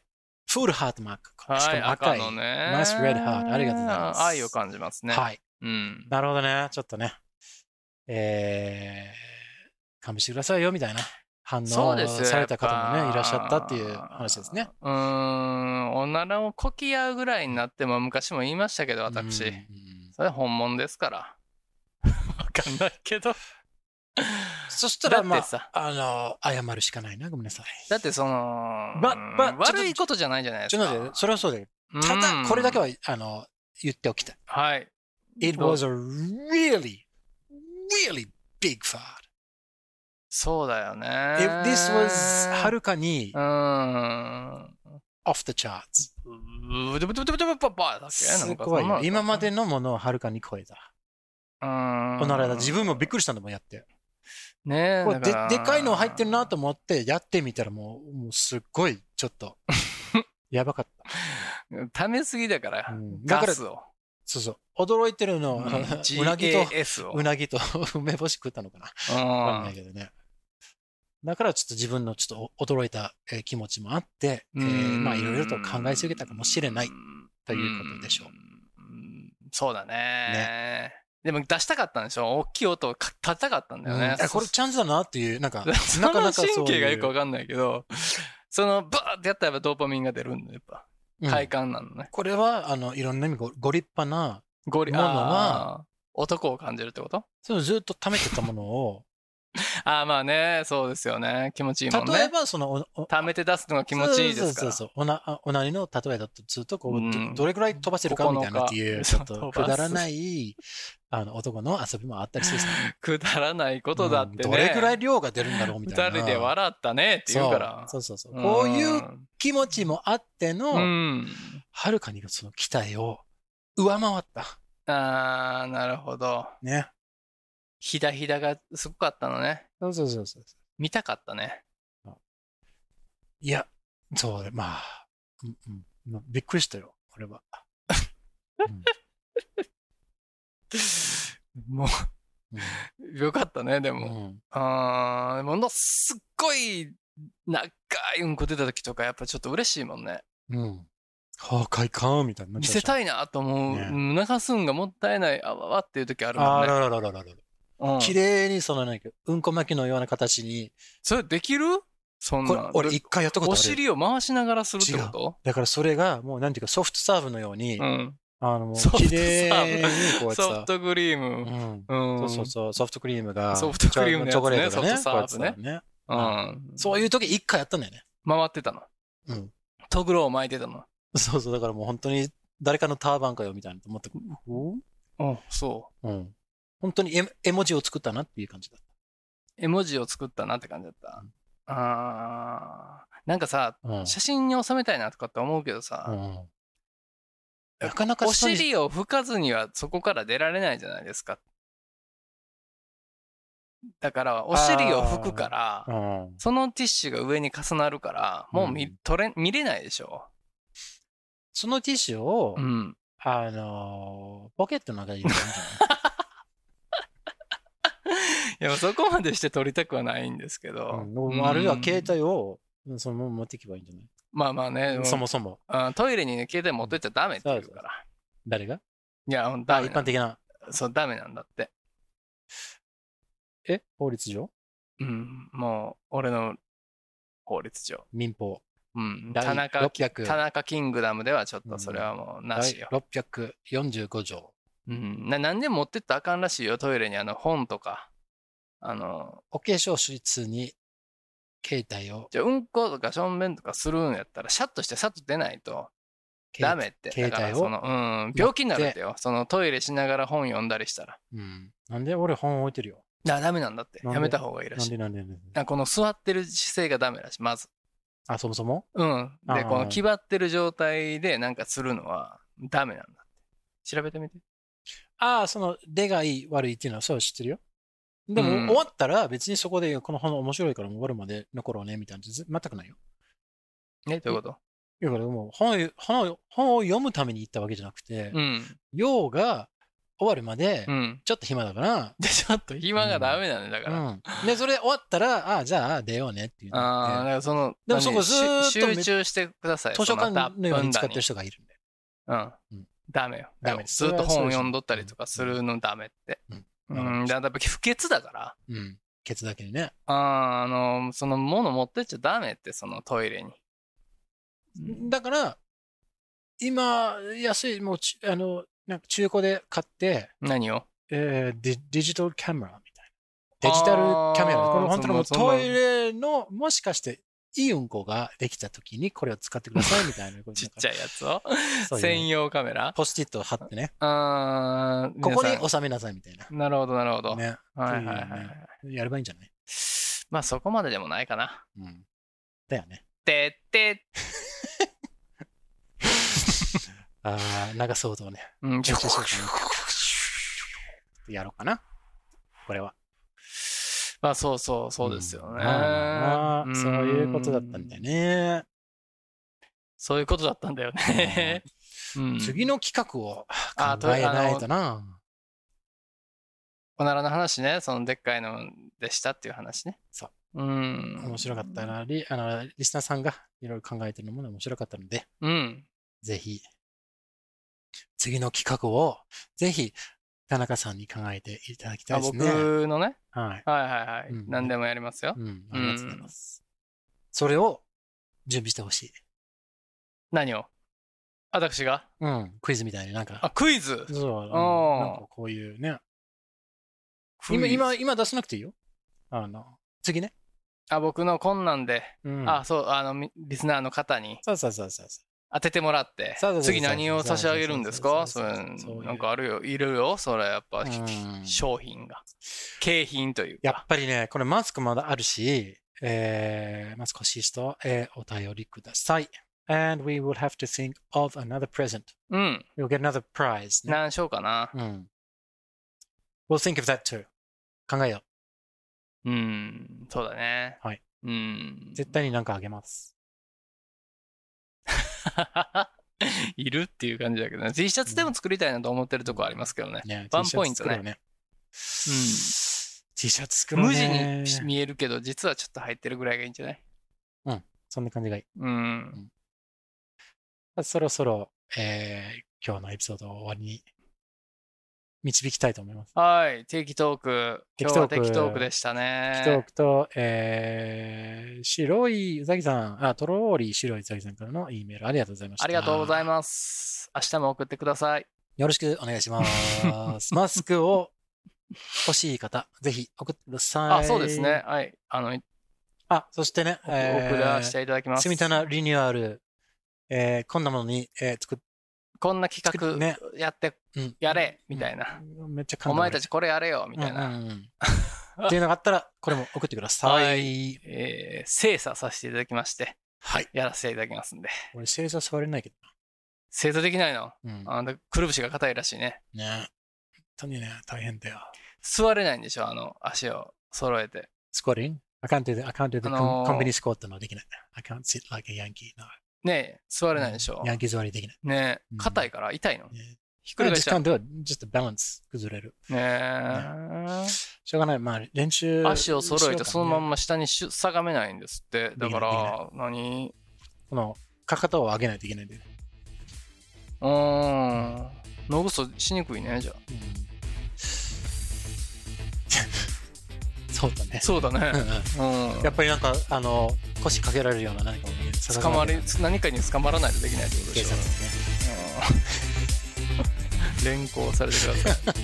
F: フルハートマーク。し
G: は
F: か
G: い、
F: も赤
G: 赤
F: い。
G: のね。
F: ナイスレッドハートありがとうございます
G: 愛を感じますね。
F: はい。
G: うん。
F: なるほどね。ちょっとね。えー、勘弁してくださいよ、みたいな反応
G: そうですよ
F: された方も
G: や
F: ね、
G: ぱ
F: いらっしゃったっていう話ですね。。
G: うーん、おならをこき合うぐらいになっても昔も言いましたけ
F: うん
G: ど、私
F: う。ん
G: それ本物ですから。わかんないけど。
F: そしたら、ま
G: だってさ
F: あ、あの、謝るしかないな。ごめんなさい。
G: だってその、
F: ばば
G: うん悪いことじゃないじゃないです
F: ちょ
G: か。
F: っと待って、それはそうだけど、た
G: うん
F: だ、これだけは、あの、言っておきたい。
G: はい。
F: It
G: どう
F: was a really, really big fart.
G: そうだよね。
F: If this was はるかに
G: うーん。
F: off the charts.
G: ブドブドブドブドブドブドだっけ
F: すごいよ。今ま。でのものをはるかに超えた。
G: なんかそん
F: おな
G: なの
F: ら
G: う
F: だ。
G: ん
F: 自分もびっくりしたんだもん、やって。
G: ねえ
F: これで
G: だら
F: でかいの入ってるなと思って、やってみたらもう、もうすっごい、ちょっ
G: [laughs]
F: と、やばかった。
G: 溜めすぎだから、
F: うんだ
G: ガ
F: から
G: スを。
F: そうそう。驚いてるの、
G: う
F: [laughs] うんなぎと、
G: GAS を。
F: うなぎと [laughs] 梅干し食ったのかな。わかん
G: う
F: なんいけどね。だからちょっと自分のちょっとお驚いたえー気持ちもあって、えーまあいろいろと考えすぎたかもしれないということでしょう。
G: んそうだねでも出したかったんでしょ大きい音をか立てたかったんだよね
F: うん。あこれチャンスだなっていう、なんか、
G: [laughs] そ
F: な
G: の
F: かなかそういう
G: 神経がよくわかんないけど、そのバーってやったらやっぱドーパミンが出るんで、やっぱ
F: うん
G: 快感なのね。
F: これは、あの、いろんな意味ごご立派な、
G: ゴリ
F: もの
G: あ
F: は
G: ー男を感じるってこと
F: そのずっと溜めてたものを、
G: ああまあね、そうですよね。気持ちいいもん
F: 例え
G: ね。
F: ばそのお、お
G: 溜めて出すのが気持ちいいですから。
F: そうそうそうそうおな、あおなりの例えだとずっとこう、
G: うん
F: どどれくらい飛ばせるかみたいなっていう、
G: 9
F: ちょっと
G: 飛
F: く
G: ばす
F: だらない、あの、男の遊びもあったりするんですよね
G: くだらないことだってね。
F: うんどれくらい量が出るんだろうみ
G: 二
F: たいな。
G: 人で笑ったねって言うから。
F: そうそうそうそう。こういう気持ちもあって
G: う
F: の、
G: ん。
F: はるかにその期待を上回った。
G: ああ、なるほど。
F: ね。
G: ひだひだがすごかったのね。
F: そうそうそうそう。
G: 見たかったね。
F: いや、そう、まあ、うんうんまあ、びっくりしたよ、俺は。
G: も
F: うん
G: う、よかったね、で
F: うん
G: も。
F: うん
G: ああ、ものすっごい長いうんこ出た時とか、やっぱちょっと嬉しいもんね。
F: うん。はあ、快感みたいになっ
G: 見
F: ちゃう
G: せたいなと思う。
F: ね
G: うん流すんがもったいない。あわわっていう時あるも
F: あ
G: ん
F: ら
G: ね。
F: ららららら。
G: うん
F: 綺麗にそのなんか、うんこ巻きのような形に、
G: それできるそん
F: これ
G: な。
F: 俺一回やったこと
G: お
F: ある。
G: 尻を回しながらするってこ
F: だからそれがもうなんていうかソフトサーブのように、
G: とうん。
F: あのもう
G: ソフトサーブ
F: 綺麗にこうやって
G: ソフ
F: さ、
G: トクリーム。
F: うん
G: う
F: そ
G: ん。
F: うそうそう、ソフトクリームが、
G: ソフトクリームのやつね
F: チョコレートがね、
G: ソフトサー
F: こ
G: ブね
F: うやってさね。
G: うん。
F: そういう時一回やったんだよね。
G: 回ってたの。
F: うん。
G: トグロを巻いてたの。
F: そうそう、だからもう本当に誰かのターバンかよみたいなと思って、
G: うん。そ
F: うん。本当に絵絵文字を作ったなっていう感じだっ
G: う。絵文字を作ったなって感じだった。あー。なんかさ、
F: た。うん
G: 写真に収めたいなとかって思うけどさ、
F: うんなかなか
G: お
F: そういう
G: 尻を拭かずにはそこから出られないじゃないですか。だから、お尻を拭くから
F: う、ん。
G: そのティッシュが上に重なるから、もう見,、
F: うん
G: 取れ見れないでしょ。
F: そのティッシュを、
G: うん。
F: あのーポケットの中に入れるんじゃ
G: いや、そこまでして取りたくはないんですけ [laughs]
F: な
G: ど
F: い、うん、あるいは携
G: 帯。
F: 帯を、うんそのまま持っていけばいいんじゃない、
G: まあまあね、
F: そもそも。
G: うんトイレにね携帯持ってっちゃダメって言うから。
F: 誰が
G: いや、ほんと
F: あ
G: ダメ
F: 一
G: な
F: 般
G: ん
F: 的な。
G: そう、ダメなんだって。
F: え法律上
G: うん、もう、俺の法律上。
F: 民法。
G: うん、
F: 第
G: 田中、
F: 600
G: 田中キングダムではちょっとそれはもうなしよ。
F: 第645条。
G: うん、な何でも持ってったらあかんらしいよ、トイレにあの本とか。あの、
F: お化粧室に携帯を。
G: じゃあうんことかしょんべんとかするんやったら、シャッとしてさっと出ないとダメって。
F: 携
G: だから
F: 携帯
G: そ
F: を
G: の、うん、病気になるってよ。そのトイレしながら本読んだりしたら。
F: うん。なんで俺本置いてるよ。
G: だダメなんだって。
F: なんで
G: やめた方がいいら
F: な
G: し
F: んで
G: い。
F: なんでなんで
G: あこの座ってる姿勢がダメらしい、まず。
F: あ、そもそも
G: うん。
F: あ
G: で、
F: ー
G: この気張ってる状態でなんかするのはダメなんだって。調べてみて。
F: ああ、その、出がいい、悪いっていうのは、そう知ってるよ。でも、
G: うん
F: 終わったら別にそこで、この本面白いからもう終わるまで残ろうね、みたいな、全くないよ。
G: ね、どういうこと
F: だからもう本を、本を、本を読むために行ったわけじゃなくて、
G: うん。
F: 用が終わるまで
G: う、ん。
F: ちょっと暇だから、
G: で、ちょっと暇がダメなんだ
F: う
G: から。
F: ん。で、それ終わったら、ああ、じゃあ出ようねっていうの
G: ああ、
F: があ
G: だ
F: っ
G: からその、
F: でもそこ
G: 何
F: ずーっと
G: し
F: め
G: 集中してください。
F: て、図書館のように使ってる
G: し。
F: 人がいるんで。
G: うん
F: うん。
G: ダメよ。
F: ダメです
G: ずーっと本読んどったりとかするのダメって
F: うん。
G: う
F: うん
G: ん。だからやっぱ不潔だから。
F: うん。ケツだけにね。
G: ああ、あの、その物持ってっちゃダメって、そのトイレに。
F: だから、今、安い、もうち、あの、なんか中古で買って、
G: 何を
F: えーデデジタルカメラみたいな。デジタルカメラ。
G: あー
F: これ本当にもう
G: その
F: トイレの、もしかして、いいうんこができた時にこれを使ってくださいみたいな。
G: [laughs] ちっちゃ
F: い。
G: いやつを
F: そういう
G: 専用カメラ
F: ポスティットを貼ってね。
G: あー
F: ここ
G: 皆
F: に
G: さ
F: 収めなさいみたいな。
G: んなるほど、なるほど。
F: ね。
G: はいはい
F: って
G: は
F: いう
G: い
F: ね。やればいいんじゃない
G: まあそこまででもないかな。
F: うん。だよね。
G: てってって。
F: ああ、長そうとね。
G: [laughs] うん、
F: ちょっとやろうかな。これは。
G: まあそうそうそうですよね。
F: んまあまあまあ
G: ん
F: そういうことだったんだよ。 [laughs] ね。
G: そういうことだったんだよね。うん
F: 次の企画を
G: あ
F: 考えないとな。
G: おならの話ね、そのでっかいのでしたっていう話ね。。
F: そう
G: うん。
F: 面白かった。な。リあのリスナーさんがいろいろ考えてるのも面白かったので、
G: うん。
F: ぜひ、次の企画を、ぜひ、田中さんに考えていただきた
G: あ
F: いです
G: 僕
F: ね。
G: のね。
F: はい。
G: はいはいはい。
F: うん
G: 何でもやりますよ。
F: うん、ありがとうございます。それを準備してほしい。
G: 何を私が
F: うん、クイズみたいになん
G: あ、
F: か、
G: クイズ
F: そう、あ
G: あ
F: の
G: ー
F: なんかこういうね、
G: クイ
F: 今、
G: ズ
F: 今、今出さなくていいよ。あの、次ね。
G: あ、僕のこんなんで、
F: うん
G: あ、そう、あの、みリスナーの方に
F: そうそうそうそうそう。
G: 当ててもらって
F: そうそうそう、そう
G: 次何を差し上げるんですか
F: そ
G: そうう
F: そうそ
G: い
F: うそうそう
G: う
F: いう
G: なんかあるよ、いるよ、それやっぱ、
F: うん
G: 商品が。景品という
F: や
G: か
F: っ。ぱりね、これマスクまだあるし、えー、マスク欲しい人、えー、お便りください。And we will have to think of another present.
G: うん、
F: We'll get another prize.、ね、
G: 何しようかな。
F: うん。We'll think of that too. 考えよ
G: うん、そうだね。
F: はい。
G: うん [laughs]
F: う。。絶対に何かあげます。
G: いるっていう感じだけどね。T シャツでも作りたいなと思ってるとこありますけどね。
F: ね、
G: ワンポイントね
F: T シャツ作ろう T シャツ作ろう
G: 無地
F: ね。
G: に見えるけど、実はちょっと入ってるぐらいがいいんじゃない
F: そんな感じがいい。
G: うん。
F: そろそろ、えー、今日のエピソードを終わりに導きたいと思います。
G: はい、定期トーク。
F: 定
G: 今
F: 期ト
G: 日
F: ー
G: は
F: ク
G: 定期トークでしたね。
F: トークと、えー、白いうさぎさん、あ、とろーり白いうさぎさんからの E メールありがとうございました。
G: ありがとうござい
F: ま
G: ます。明日も送ってください。
F: す。よろしくお願いし
G: [laughs]
F: ます。マスクを欲しい方、ぜひ送ってください。
G: あ、そうですね。。はい。あの、
F: あ、そしてね、
G: お送らしていただきます。
F: 住みたなリニューアル、えーこんなものに、えー作っ
G: こんな
F: 作る
G: 企
F: ね
G: 画やって、
F: うん
G: やれみたいな。
F: めっちゃ感
G: お前たちこれやれよみたいな。
F: [laughs] っていうのがあったら、これも送ってください。
G: はえー精査させていただきまして、
F: はい。
G: やらせていただきますんで。
F: 俺、正座座れないけ
G: 精査できないの
F: どな。うん。
G: あの、くるぶしが硬いらしいね。
F: ね本当にね、大変だよ。
G: 座れないんでしょあの、足を揃えて。
F: scoring. I can't do that. I can't do the
G: あのー
F: com- company score ってのはできない。I can't sit like a Yankee. No.
G: ねえ、座れないでしょ
F: ヤ。ンキー座りできない。
G: ね
F: う
G: え
F: ん、
G: 硬いから痛いの。
F: ね
G: ひっく
F: I
G: り返し
F: just
G: ちゃう
F: can't。do it. Just the balance 崩れる。
G: ねえ。
F: しょうがない。まあ練習。
G: 足を揃えてそのまん
F: ま。
G: ま下にしゅ下がめないんですって。だか
F: でき
G: ら、何
F: このかかとを上げないといけないんだよね。
G: うーん。脳ぐそしにくいね、じゃあ。
F: うん [laughs] そうだね。
G: そうだ
F: うん
G: ね。
F: うん
G: う
F: [laughs]
G: ん。
F: やっぱりなんか、あの、腰かけられるような何かをね、探さ
G: 捕
F: なきゃ
G: まり、何かに捕まらないとできないってことで
F: 警
G: しょ
F: 察。にね。
G: うん連行されてください。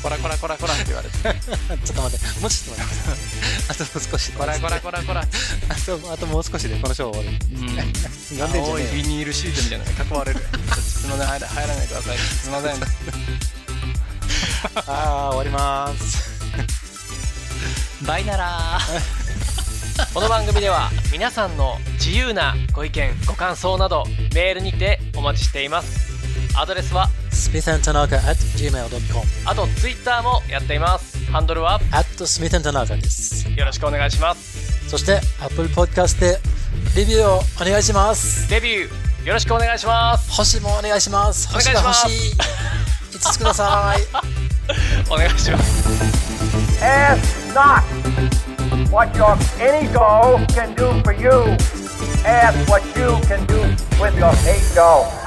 G: こらこらこらこらって言われ
F: ち
G: て。
F: ょっと待って、もうちょっと
G: [laughs]
F: 待って。あともう少し。
G: こらこらこらこら。
F: あと、あともう少しでこのショー終わる。
G: う
F: 呼
G: ん。
F: んでんじゃ
G: 青
F: ねえ
G: い
F: よ
G: ビニールシートみたいなのに囲われる。 [laughs] すいません、入ら入らないでください。すいません。
F: ああ、終わります。
B: バイナラーこの番組では皆さんの自由なご意見ご感想などメールにてお待ちしていますアドレスは
F: スミスタナカ at gmail.com
B: あとツイッターもやっていますハンドルは
F: at スミスタナカです。
B: よろしくお願いします
F: そして、Apple Podcast でレビューをお願いします。
B: デビューよろしくお願いします
F: 星もお願いします。
B: お願い
F: 星
B: し
F: が
B: ま
F: 欲
B: す
F: [laughs] しい。5つください。
B: お願いします
D: Ask not what your any dough can do for you. Ask what you can do with your paid dough.